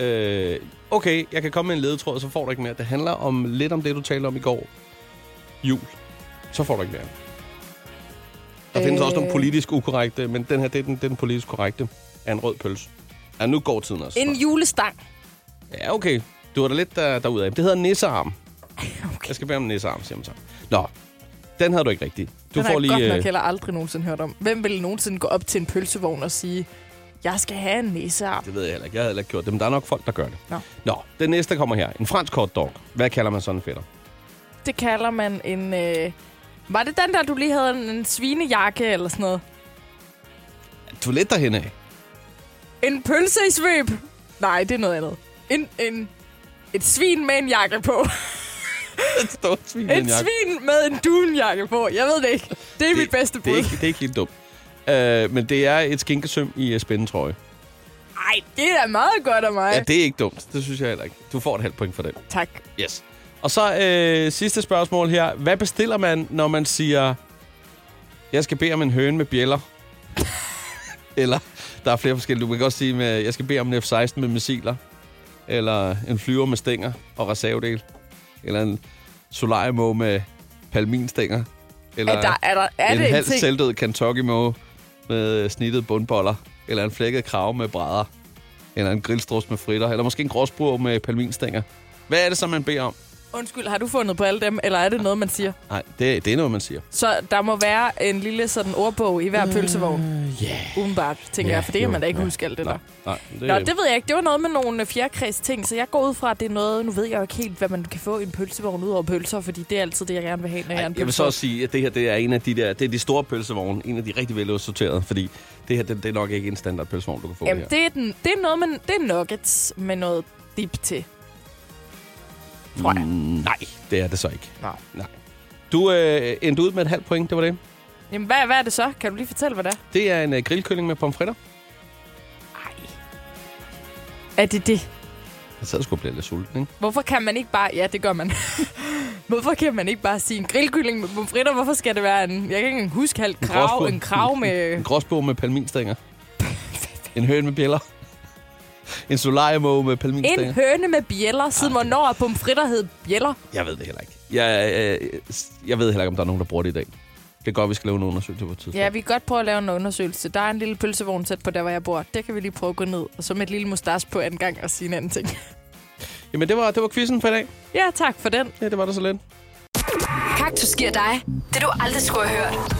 Speaker 3: øh, okay, jeg kan komme med en ledetråd, så får du ikke mere. Det handler om lidt om det, du talte om i går. Jul. Så får du ikke mere. Der findes også nogle
Speaker 4: Øh.
Speaker 3: politisk ukorrekte, men den her, det er den, det er den politisk korrekte. Er en rød pølse. Ja, nu går tiden også.
Speaker 4: En julestang.
Speaker 3: Ja, okay. Du var da lidt der, derude af. Det hedder nissearm. Okay. Jeg skal bede om en nissearm, siger man så. Nå, den havde du ikke rigtig. Du
Speaker 4: Du den får
Speaker 3: får
Speaker 4: har lige, jeg godt
Speaker 3: lige...
Speaker 4: nok
Speaker 3: øh,
Speaker 4: heller aldrig nogensinde hørt om. Hvem vil nogensinde gå op til en pølsevogn og sige, jeg skal have en næsearm?
Speaker 3: det ved jeg heller ikke. Jeg havde heller ikke gjort det, men der er nok folk, der gør det.
Speaker 4: Nå.
Speaker 3: Nå, den næste der kommer her. En fransk hot dog. Hvad kalder man sådan en fætter?
Speaker 4: Det kalder man en... Øh... Var det den der, du lige havde en, en svinejakke eller sådan noget?
Speaker 3: Du er lidt derhen af.
Speaker 4: En pølse i svøb? Nej, det er noget andet. En, en, et svin med en jakke på.
Speaker 3: Et stort svin
Speaker 4: Et svin med en dunjakke på. Jeg ved det ikke. Det er det, mit bedste
Speaker 3: Det
Speaker 4: bud.
Speaker 3: er ikke, det er ikke helt dumt. Øh, men det er et skinkesøm i øh, spændetrøje.
Speaker 4: Nej, det er da meget godt af mig.
Speaker 3: Ja, det er ikke dumt. Det synes jeg heller ikke. Du får et halvt point for den.
Speaker 4: Tak.
Speaker 3: Yes. Og så øh, sidste spørgsmål her. Hvad bestiller man, når man siger, jeg skal bede om en høne med bjæller? Eller, der er flere forskellige. Du kan også sige, med, jeg skal bede om en F-16 med missiler. Eller en flyver med stænger og reservedel. Eller en solariemåge med palminstænger. Eller
Speaker 4: Er der- er der- er
Speaker 3: en
Speaker 4: det en
Speaker 3: halv
Speaker 4: ting?
Speaker 3: selvdød kentucky måge med øh, snittet bundboller. Eller en flækket krav med brædder. Eller en grillstrus med fritter. Eller måske en gråsbrug med palminstænger. Hvad er det så, man beder om?
Speaker 4: Undskyld, har du fundet på alle dem, eller er det noget, man siger?
Speaker 3: Nej, det, det er noget, man siger.
Speaker 4: Så der må være en lille sådan ordbog i hver pølsevogn.
Speaker 3: Øh, Ja. Yeah.
Speaker 4: Udenbart, tænker
Speaker 3: Ja,
Speaker 4: jeg, for det
Speaker 3: jo,
Speaker 4: kan man da ikke
Speaker 3: ja. Øh.
Speaker 4: huske alt det der.
Speaker 3: Nej, det,
Speaker 4: Nå, det ved jeg ikke. Det var noget med nogle fjerkræs ting, så jeg går ud fra, at det er noget... Nu ved jeg jo ikke helt, hvad man kan få i en pølsevogn ud over pølser, fordi det er altid det, jeg gerne vil have, når jeg er en
Speaker 3: Jeg vil så
Speaker 4: pølsevogn.
Speaker 3: også sige, at det her det er en af de der, det er de store pølsevogne, en af de rigtig veludsorterede, fordi det her det, det er nok ikke en standard pølsevogn, du kan få
Speaker 4: Jamen,
Speaker 3: her.
Speaker 4: det er, den, det er noget med... Det er nuggets med noget dip til. tror jeg.
Speaker 3: Mm, nej, det er det så ikke.
Speaker 4: Nej.
Speaker 3: nej. Du øh, endte ud med et halvt point, det var det.
Speaker 4: Jamen, hvad, hvad er det så? Kan du lige fortælle, hvad det er?
Speaker 3: Det er en øh, grillkylling med pomfritter.
Speaker 4: Er det det?
Speaker 3: Jeg sad sgu og blev lidt sulten, ikke?
Speaker 4: Hvorfor kan man ikke bare... Ja, det gør man. Hvorfor kan man ikke bare sige en grillkylling med pomfritter? Hvorfor skal det være en... Jeg kan ikke engang huske halv krav,
Speaker 3: gråsbog.
Speaker 4: en krav med...
Speaker 3: En gråsbog med palminstænger. en høne med bjæller. en solariemåge med palminstænger.
Speaker 4: En høne med bjæller, siden hvornår er pomfritter hed bjæller?
Speaker 3: Jeg ved det heller ikke. Jeg, jeg, jeg ved heller ikke, om der er nogen, der bruger det i dag. Det er godt, vi skal lave en undersøgelse på et tidspunkt.
Speaker 4: Ja, vi kan godt prøve at lave en undersøgelse. Der er en lille pølsevogn tæt på der, hvor jeg bor. Det kan vi lige prøve at gå ned, og så med et lille mustache på anden gang og sige en anden ting.
Speaker 3: Jamen, det var, det var quizzen for i dag.
Speaker 4: Ja, tak for den.
Speaker 3: Ja, det var der så lidt.
Speaker 2: Kaktus giver dig det, du aldrig skulle have hørt.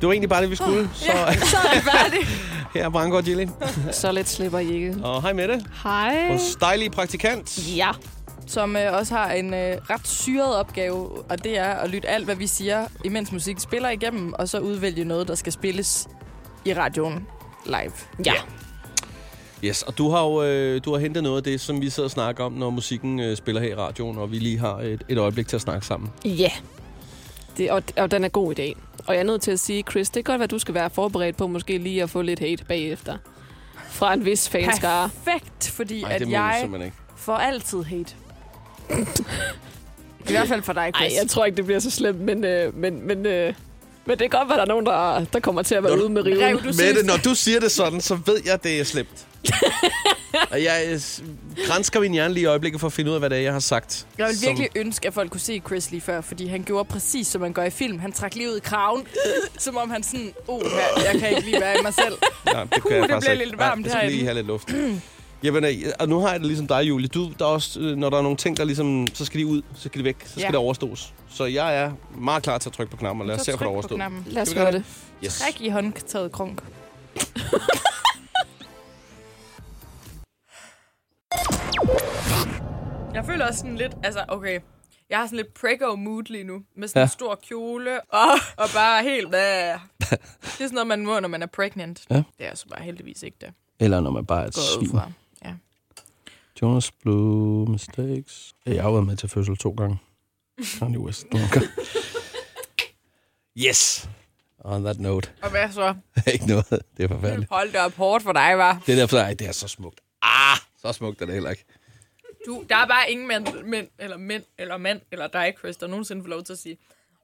Speaker 3: Det var egentlig bare det, vi skulle. Oh, så
Speaker 2: ja,
Speaker 4: så er det færdigt.
Speaker 3: her er Branko og Jilly.
Speaker 16: Så lidt slipper I ikke.
Speaker 3: Og hej med det.
Speaker 16: Hej.
Speaker 3: Vores dejlige praktikant.
Speaker 16: Ja.
Speaker 4: Som øh, også har en øh, ret syret opgave, og det er at lytte alt, hvad vi siger, imens musik spiller igennem, og så udvælge noget, der skal spilles i radioen live.
Speaker 16: Ja.
Speaker 3: Yes, og du har jo øh, du har hentet noget af det, som vi sidder og snakker om, når musikken øh, spiller her i radioen, og vi lige har et, et øjeblik til at snakke sammen.
Speaker 16: Ja. Det, og, og den er god i dag. Og jeg er nødt til at sige, Chris, det kan godt være, du skal være forberedt på måske lige at få lidt hate bagefter. Fra en vis fanskare.
Speaker 4: Perfekt, fordi
Speaker 16: Ej,
Speaker 4: Ej,
Speaker 16: det
Speaker 4: at
Speaker 16: må vi
Speaker 4: jeg
Speaker 16: simpelthen ikke.
Speaker 4: får altid hate. I hvert fald for dig,
Speaker 16: Nej,
Speaker 4: Chris.
Speaker 16: jeg tror ikke, det bliver så slemt, men, øh, men, men, øh, men det kan godt være, der er nogen, der, der kommer til at være ude med riven.
Speaker 3: Mette, når du siger det sådan, så ved jeg, at det er slemt. og jeg øh, s- grænsker min hjerne lige i øjeblikket for at finde ud af, hvad det er, jeg har sagt.
Speaker 4: Jeg ville
Speaker 3: som-
Speaker 4: virkelig ønske, at folk kunne se Chris lige før, fordi han gjorde præcis, som man gør i film. Han trak lige ud i kraven, som om han sådan, oh, her, jeg kan ikke lige være i mig selv.
Speaker 3: Nej, det kan
Speaker 4: Uh,
Speaker 3: jeg
Speaker 4: det
Speaker 3: faktisk
Speaker 4: bliver
Speaker 3: ikke.
Speaker 4: lidt varmt
Speaker 3: Nej, jeg skal lige have lidt luft. Jamen, øh, og nu har jeg det ligesom dig, Julie. Du, der er også, øh, når der er nogle ting, der ligesom, så skal de ud, så skal de væk, så skal
Speaker 4: Ja.
Speaker 3: ja. det overstås. Så jeg er meget klar til at trykke på knappen, og lad os se, om det overstås.
Speaker 4: Lad os
Speaker 3: Skal vi gøre
Speaker 4: gøre det.
Speaker 3: det? Yes.
Speaker 4: Træk i håndtaget krunk. jeg føler også sådan lidt, altså okay, jeg har sådan lidt prego mood lige nu, med sådan ja.
Speaker 3: Ja.
Speaker 4: en stor kjole, og, og bare helt, hvad? Det er sådan noget, man må, når man er pregnant.
Speaker 3: Ja.
Speaker 4: Det er jeg så bare heldigvis ikke det.
Speaker 3: Eller når man bare er et
Speaker 4: Går jeg ud
Speaker 3: svin.
Speaker 4: fra. Ja.
Speaker 3: Jonas Blue Mistakes. Jeg har været med til fødsel to gange. Kanye West nogle gange. Yes! On that note.
Speaker 4: Og hvad så?
Speaker 3: Ikke noget. Det er forfærdeligt.
Speaker 4: Hold da op hårdt for dig, var.
Speaker 3: Det er derfor, ej, det er så smukt. Ah, så smukt er det heller ikke.
Speaker 4: Du, der er bare ingen mænd, mænd, eller mænd, eller mand, eller dig, Chris, der nogensinde får lov til at sige,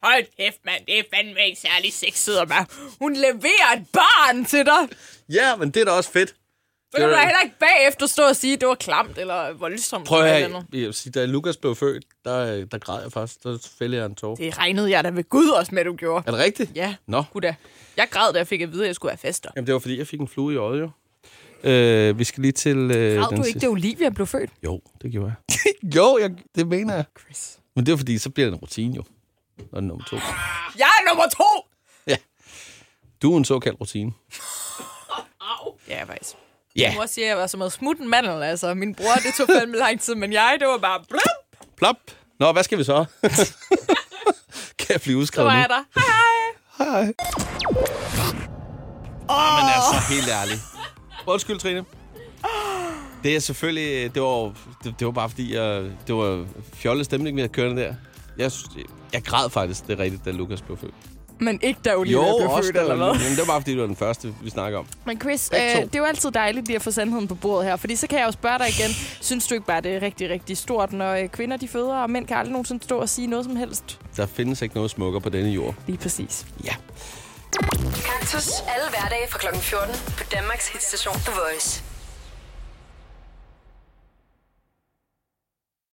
Speaker 4: hold kæft, mand, det er fandme ikke særlig sexet, og bare, hun leverer et barn til dig.
Speaker 3: Ja, men det er da også fedt.
Speaker 4: Så kan du da heller ikke bagefter stå og sige, at det var klamt eller voldsomt.
Speaker 3: Prøv
Speaker 4: eller
Speaker 3: at
Speaker 4: et eller
Speaker 3: høre, jeg vil sige, da Lukas blev født, der, øh, der græd jeg faktisk. Der fældede jeg en tår.
Speaker 4: andet. Det regnede jeg da ved Gud også med, du gjorde.
Speaker 3: Er det rigtigt?
Speaker 4: Ja,
Speaker 3: Nå.
Speaker 4: Gud da. Jeg græd, da jeg fik at vide, at jeg skulle have fester.
Speaker 3: Jamen, det var fordi, jeg fik en flue i øjet, jo. Øh, vi skal lige til... Øh,
Speaker 4: Græd du ikke,
Speaker 3: sidste-
Speaker 4: det Olivia blev født?
Speaker 3: Jo, det gjorde jeg. jo, jeg, det mener jeg. Chris. Men det er fordi, så bliver det en rutine, jo. Når det er nummer to.
Speaker 4: Jeg er nummer to!
Speaker 3: Du er en såkaldt rutine.
Speaker 4: Ja, faktisk.
Speaker 3: Ja.
Speaker 4: Min mor siger, at jeg var som at smutte en mandel, altså. Min bror, det tog fandme lang tid, men jeg, det var bare... Blum,
Speaker 3: Plop. Nå, hvad skal vi så? kan jeg blive
Speaker 4: så
Speaker 3: udskrevet
Speaker 4: var jeg
Speaker 3: nu?
Speaker 4: der. Hej, hej.
Speaker 3: Hej.
Speaker 4: Oh.
Speaker 3: Men altså, helt ærligt. Undskyld, Trine. Det er selvfølgelig... Det var, det, det var bare fordi, jeg, det var fjollet stemning, vi havde kørende der. Jeg, synes- jeg græd faktisk, det er rigtigt, da Lukas blev født.
Speaker 4: Men ikke da Olivia blev født,
Speaker 3: da-
Speaker 4: eller hvad?
Speaker 3: Jamen, det var bare fordi, du var den første, vi snakker om.
Speaker 4: Men Chris, øh,
Speaker 3: Begge to.
Speaker 4: det er jo altid dejligt lige at få sandheden på bordet her, fordi så kan jeg jo spørge dig igen, synes du ikke bare, det er rigtig, rigtig stort, når øh, kvinder de føder, og mænd kan aldrig nogensinde stå og sige noget som helst?
Speaker 3: Der findes ikke noget smukker på denne jord.
Speaker 4: Lige præcis.
Speaker 3: Ja.
Speaker 2: Kaktus. Alle hverdage fra kl. 14 på Danmarks hitstation The Voice.